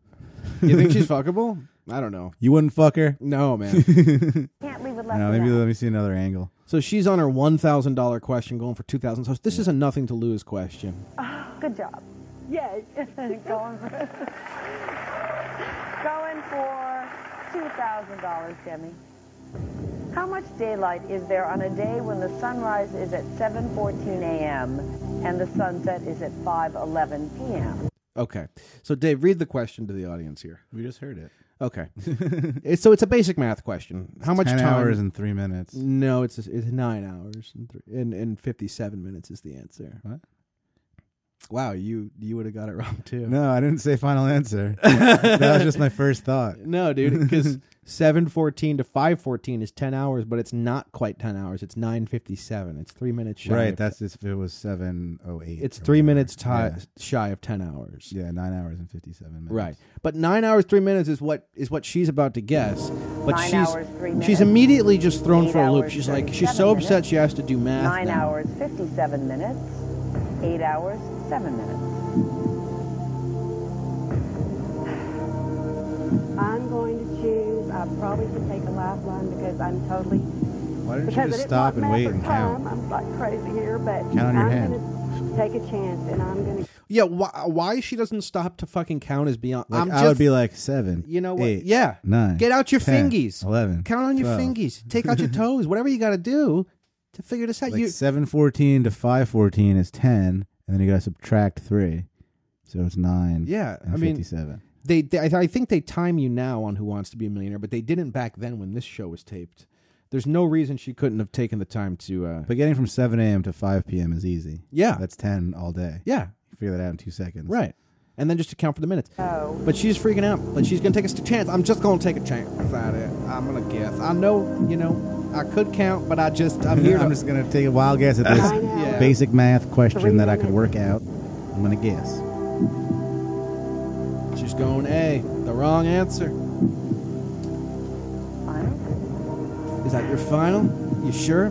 you think she's fuckable? I don't know. You wouldn't fuck her? No, man. Can't leave with No, maybe let me see another angle. So she's on her one thousand dollar question, going for two thousand. So this is a nothing to lose question. Good job. Yay. Going for, Going for $2,000, Demi. How much daylight is there on a day when the sunrise is at 7.14 a.m. and the sunset is at 5.11 p.m.? Okay. So Dave, read the question to the audience here. We just heard it. Okay. It's- so it's a basic math question. How It's much 10 time? hours and three minutes. No, it's it's nine hours and three, and, and fifty seven minutes is the answer. What? Wow, you you would have got it wrong too. No, I didn't say final answer. that was just my first thought. No, dude, because seven fourteen to five fourteen is ten hours, but it's not quite ten hours. It's nine fifty seven. It's three minutes shy. Right, of- that's if it was 708. it's or three whatever. minutes ti- Yeah. shy of ten hours. Yeah, nine hours and 57 minutes. Right, but nine hours three minutes is what is what she's about to guess. But Nine she's hours, three minutes. she's immediately just thrown Eight for a loop. hours, She's like she's 37 so upset minutes. she has to do math. Nine now. hours, 57 minutes. eight hours, seven minutes. I'm going to choose, I probably should take a lifeline because I'm totally. Why didn't because you just it's stop not and wait matter and of count? time, I'm like crazy here, but Count on your I'm hand. gonna take a chance and I'm gonna. Yeah, why, why she doesn't stop to fucking count is beyond. Like, I'm I just, would be like seven. You know what? eight, Yeah. Nine. Get out your 10, fingies. Eleven. Count on your 12. fingies. Take out your toes. Whatever you got to do to figure this out. Like you seven fourteen to five fourteen is ten, and then you gotta subtract three, so it's nine. Yeah, and I mean, fifty-seven. They, they I, I think they time you now on Who Wants to Be a Millionaire, but they didn't back then when this show was taped. There's no reason she couldn't have taken the time to. Uh, But getting from seven a.m. to five p.m. is easy. Yeah, that's ten all day. Yeah. you figure that out in two seconds. right, and then just to count for the minutes. Oh. But she's freaking out. But she's gonna take a st- chance. I'm just gonna take a chance at it. I'm gonna guess. I know, you know, I could count, but I just I'm here. I'm to- just gonna take a wild guess at this I know. Yeah. basic math question that I could work out. I'm gonna guess. She's going A. The wrong answer. Is that your final? You sure?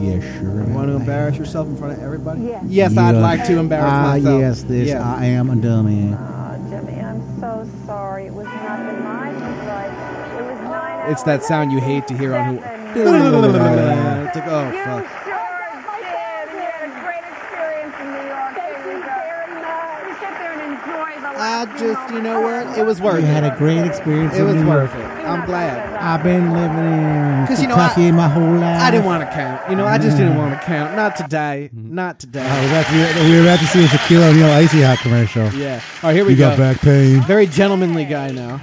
Yeah, sure. You want to embarrass yourself in front of everybody? Yeah. Yes, I'd Yeah. like to embarrass ah, myself. yes, this Yes. I am a dummy. Oh, Jimmy, I'm so sorry. It was not the night you like. It was nine It's that sound you hate to hear on who. It's like, oh fuck. I just, you know what? It was worth You it. had a great experience. It in was New worth York. it. I'm glad. I've been living in 'Cause, you know, Kentucky I- my whole life. I didn't want to count. You know, I just didn't Yeah. want to count. Not today. Not today. Oh, we're about to be- we were about to see a Shaquille O'Neal Icy Hot commercial. Yeah. All right, here we you go. got back pain. Very gentlemanly guy now.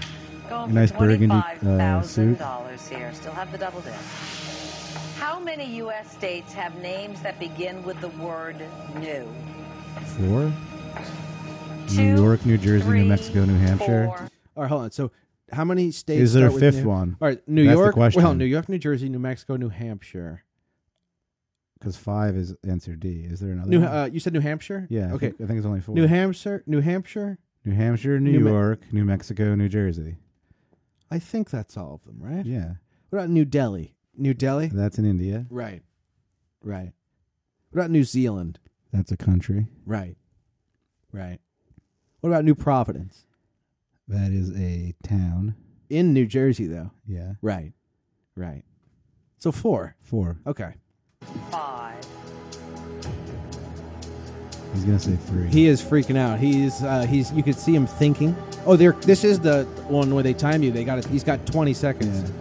Nice burgundy uh, suit. dollars here. Still have the double dip. How many U.S. states have names that begin with the word new? Four? New York, New Jersey, New Mexico, New Hampshire. All right, hold on. So, how many states? Is there start a with fifth New- one? All right, New That's the York. question. Well, New York, New Jersey, New Mexico, New Hampshire. Because five is answer D. Is there another? New, one? uh, you said New Hampshire. Yeah, I Okay. think- I think it's only four. New Hampshire. New Hampshire. New Hampshire, New, New Me- York, New Mexico, New Jersey. I think that's all of them, right? Yeah. What about New Delhi? New Delhi. That's in India. Right. Right. What about New Zealand? That's a country. Right. Right. What about New Providence? That is a town. In New Jersey, though. Yeah. Right. Right. So four. Four. Okay. Five. He's gonna say three. He is freaking out. He's uh, he's. You could see him thinking. Oh, there. This is the one where they time you. They got it. He's got twenty seconds.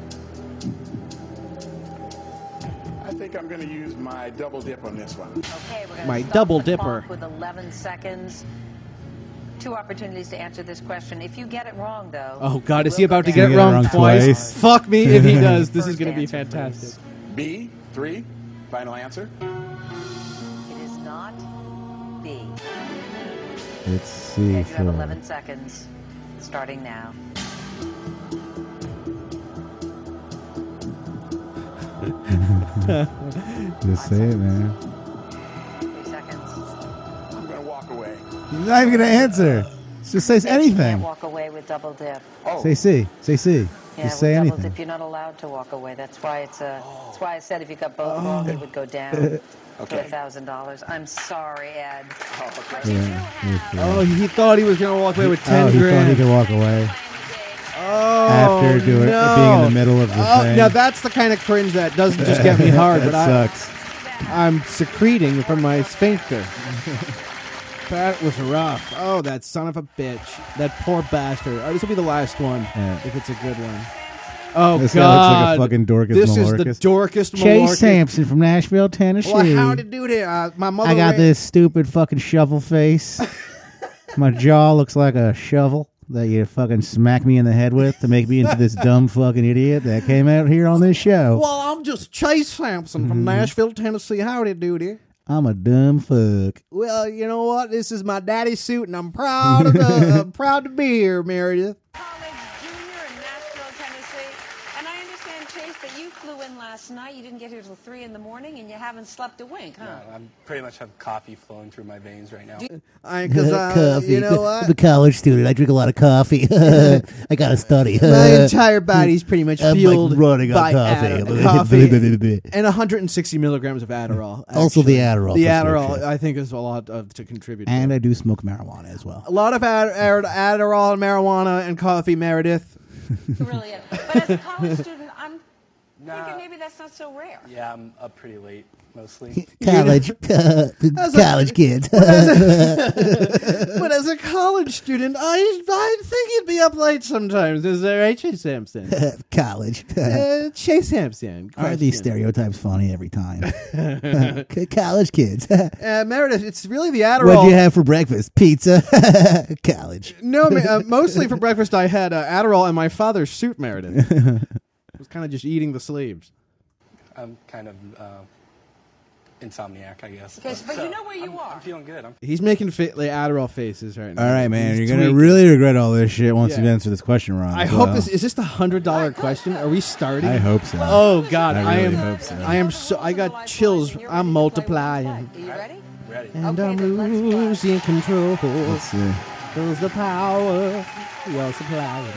I think I'm going to use my double dip on this one. Okay, we're gonna My stop double the dipper. clock With 11 seconds. Two opportunities to answer this question. If you get it wrong, though. Oh you God, is will go he about to down. get it wrong, wrong twice? twice. Fuck me if he does. This is First going to be answer, fantastic. B, three, final answer. It is not B. It's C Okay, you have four. 11 seconds, starting now. Just say it, man. Three seconds. I'm going to walk away. He's not even gonna answer. Just say Can't anything. walk away with double dip. Oh, Say C. Say C. Yeah, Just with say double anything. dip, you're not allowed to walk away. That's why it's a. That's why I said if you got both wrong, it would go down to a thousand dollars. I'm sorry, Ed. Oh, he thought he was going to walk away with ten oh, he thought he grand. could walk away. Oh, After doing- being in the middle of the oh, thing. Now that's the kind of cringe that doesn't just get me hard, That but sucks. I, I'm secreting from my sphincter. that was rough. Oh, that son of a bitch! That poor bastard. Oh, this will be the last one if it's a good one. Oh This guy looks like a God! fucking Dorcas This is Malorcas. the dorkest. Chase Malorcas. Sampson from Nashville, Tennessee. Well, how to do this? Uh, my mother. I got raised- this stupid fucking shovel face. My jaw looks like a shovel that you fucking smack me in the head with to make me into this dumb fucking idiot that came out here on this show. Well, I'm just Chase Sampson Mm-hmm. from Nashville, Tennessee. Howdy doody. I'm a dumb fuck. Well, you know what? This is my daddy's suit, and I'm proud of the, I'm proud to be here, Meredith. College junior in Nashville, Tennessee, and I understand Chase that you flew in last. last night. You didn't get here till 3 in the morning, and you haven't slept a wink, huh? I am pretty much have coffee flowing through my veins right now. I because uh, coffee. you know what? I'm a college student. I drink a lot of coffee. I gotta study. My entire body's pretty much Uh, I'm, like, fueled running on by coffee. Adder- coffee and 160 milligrams of Adderall. Also the actually. Adderall The prescription. Adderall, I think, is a lot of, to contribute. to And it. I do smoke marijuana as well. a lot of Ad- Ad- Adderall, marijuana, and coffee, Meredith. really is. But as a college student, I'm thinking maybe that's not so rare. Yeah, I'm up pretty late mostly. college, As a- college kids. But as, a, but as a college student, I I think you'd be up late sometimes. Is that right, Chase Sampson? college. uh, Chase Sampson. Are question. these stereotypes funny every time? C- college kids. What'd Uh, Meredith, it's really the Adderall. you have for breakfast? Pizza. college. No, ma- uh, mostly for breakfast I had uh, Adderall and my father's suit, Meredith. I was kind of just eating the sleeves. I'm kind of uh, insomniac, I guess. Okay, so- but you know where you are. I'm feeling good. I'm He's making fa- like, Adderall faces right now. All right, man. He's You're gonna tweaking. really regret all this shit once Yeah. you answer this question wrong. I as hope well. this is this the hundred dollar question. Are we starting? I hope so. Oh God, I, I really am. hope so. I am so. I got chills. I'm multiplying. Uh, Are you ready? Ready. And I'm losing control. Let's see. Feels the power. Well supplying.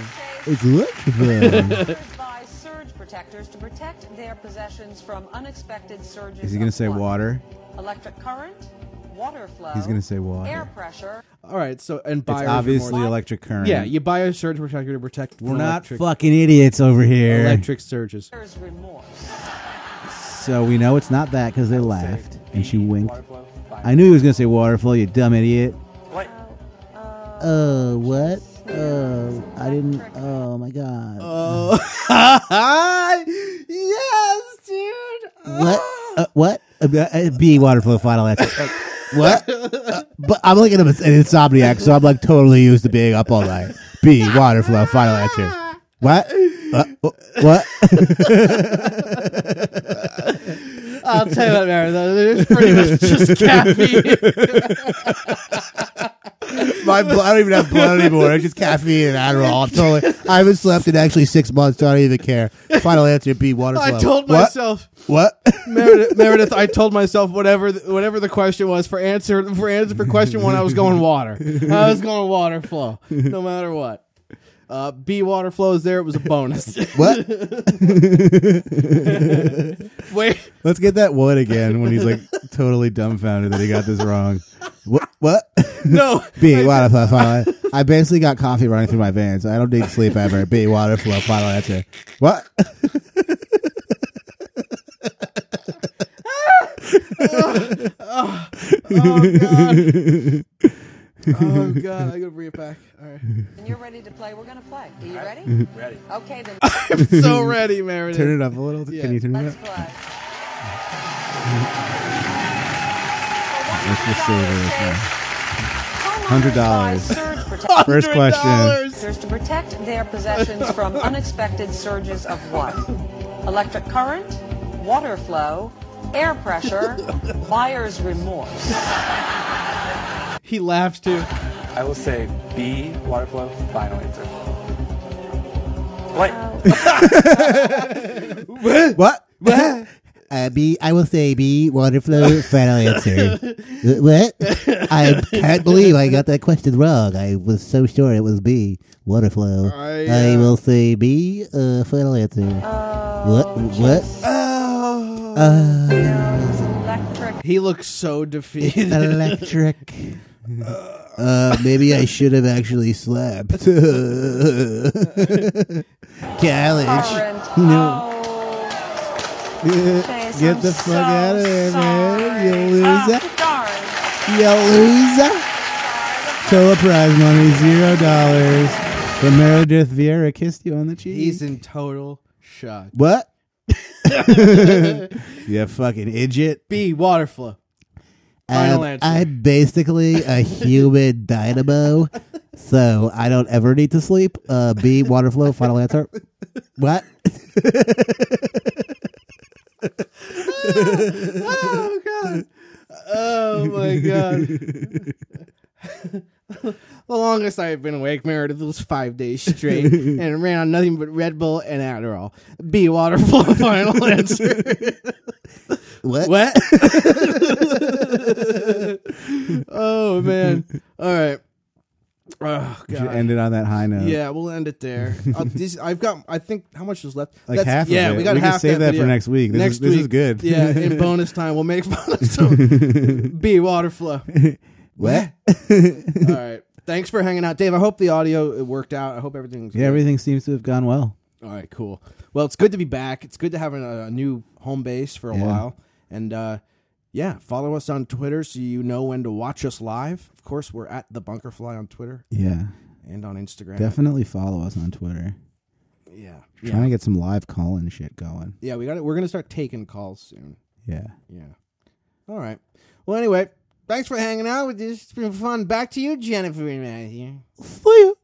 It's looking. By surge protectors to protect their possessions from unexpected surges. Is he gonna of say what? water? Electric current, water flow. He's gonna say water. Air pressure. All right. So and It's buyer's obviously remorse. electric current. Yeah, you buy a surge protector to protect. We're from not electric- fucking idiots over here. Electric surges. There's remorse. So we know it's not that because they laughed and she winked. blow. I knew he was gonna say water flow. You dumb idiot. What? Uh, what? Oh, I didn't. Oh my god. yes, dude. What? Uh, what? Uh, uh, B water flow final answer. Uh, what? Uh, but I'm looking at him as an insomniac, so I'm like totally used to being up all night. B water flow final answer. What? Uh, wh- what? I'll tell you what, Mary, though, there's pretty much just caffeine. My blood, I don't even have blood anymore. It's just caffeine and Adderall. I'm totally, I haven't slept in actually six months. So I don't even care. Final answer: B. Water. I flow. told What? myself. What? Meredith, Meredith, I told myself whatever th- whatever the question was for answer for answer for question one, I was going water. I was going water flow, no matter what. Uh, B water flow is there. It was a bonus. What? Wait. Let's get that one again when he's like totally dumbfounded that he got this wrong. What? What? No. B. Water flow. Final. an- I basically got coffee running through my veins. I don't need sleep ever. B. Water flow. Final answer. What? oh, oh, god. Oh god, I gotta bring it back. All right. When you're ready to play, we're gonna play. Are you ready? Ready. Okay, then. I'm so ready, Meredith. Turn it up a little. Can you turn it Let's up? play. Let's just see where this one. Hundred $100. dollars. Surge protectors. First question. To protect their possessions from unexpected surges of what? Electric current, water flow, air pressure, buyer's remorse. He laughs too. I will say B, water flow, final answer. What? what? What? Uh, B, I will say B, water flow, final answer. Wh- what? I can't believe I got that question wrong. I was so sure it was B, water flow. I, I uh, will say B, uh, final answer. what? What? Oh. He looks so defeated. Electric. Uh, maybe I should have actually slept. College. Current. No. Chase, Get I'm the so fuck out of here, sorry. man. You loser. Oh, darn. You loser. Total prize money zero dollars. But Meredith Vieira kissed you on the cheek. He's in total shock. What? you fucking idiot. B water flow. Final Um, answer. I'm basically a human dynamo, so I don't ever need to sleep. Uh, B, water flow, final answer. What? oh god. Oh my god. The longest I've been awake, Meredith, was five days straight, and ran on nothing but Red Bull and Adderall. B water flow final answer. What? What? oh man! All right. Oh We god. should end it on that high note. Yeah, we'll end it there. Uh, this, I've got. I think how much is left? Like half of Yeah, it. we got We can half. save that for video. next week. This is- next this is week. good. Yeah, in bonus time, we'll make bonus time. B water flow. What? All right. Thanks for hanging out, Dave. I hope the audio it worked out. I hope everything's Yeah, everything seems to have gone well. all right, cool. Well, it's good to be back. It's good to have a, a new home base for a Yeah. while. And uh, yeah, follow us on Twitter so you know when to watch us live. Of course, we're at the Bunkerfly on Twitter. Yeah. And on Instagram. Definitely follow us on Twitter. Yeah. Trying Yeah. to get some live call in shit going. Yeah, we got it. We're gonna start taking calls soon. Yeah. Yeah. All right. Well, anyway, thanks for hanging out with us. It's been fun. Back to you, Jennifer and Matthew. See you.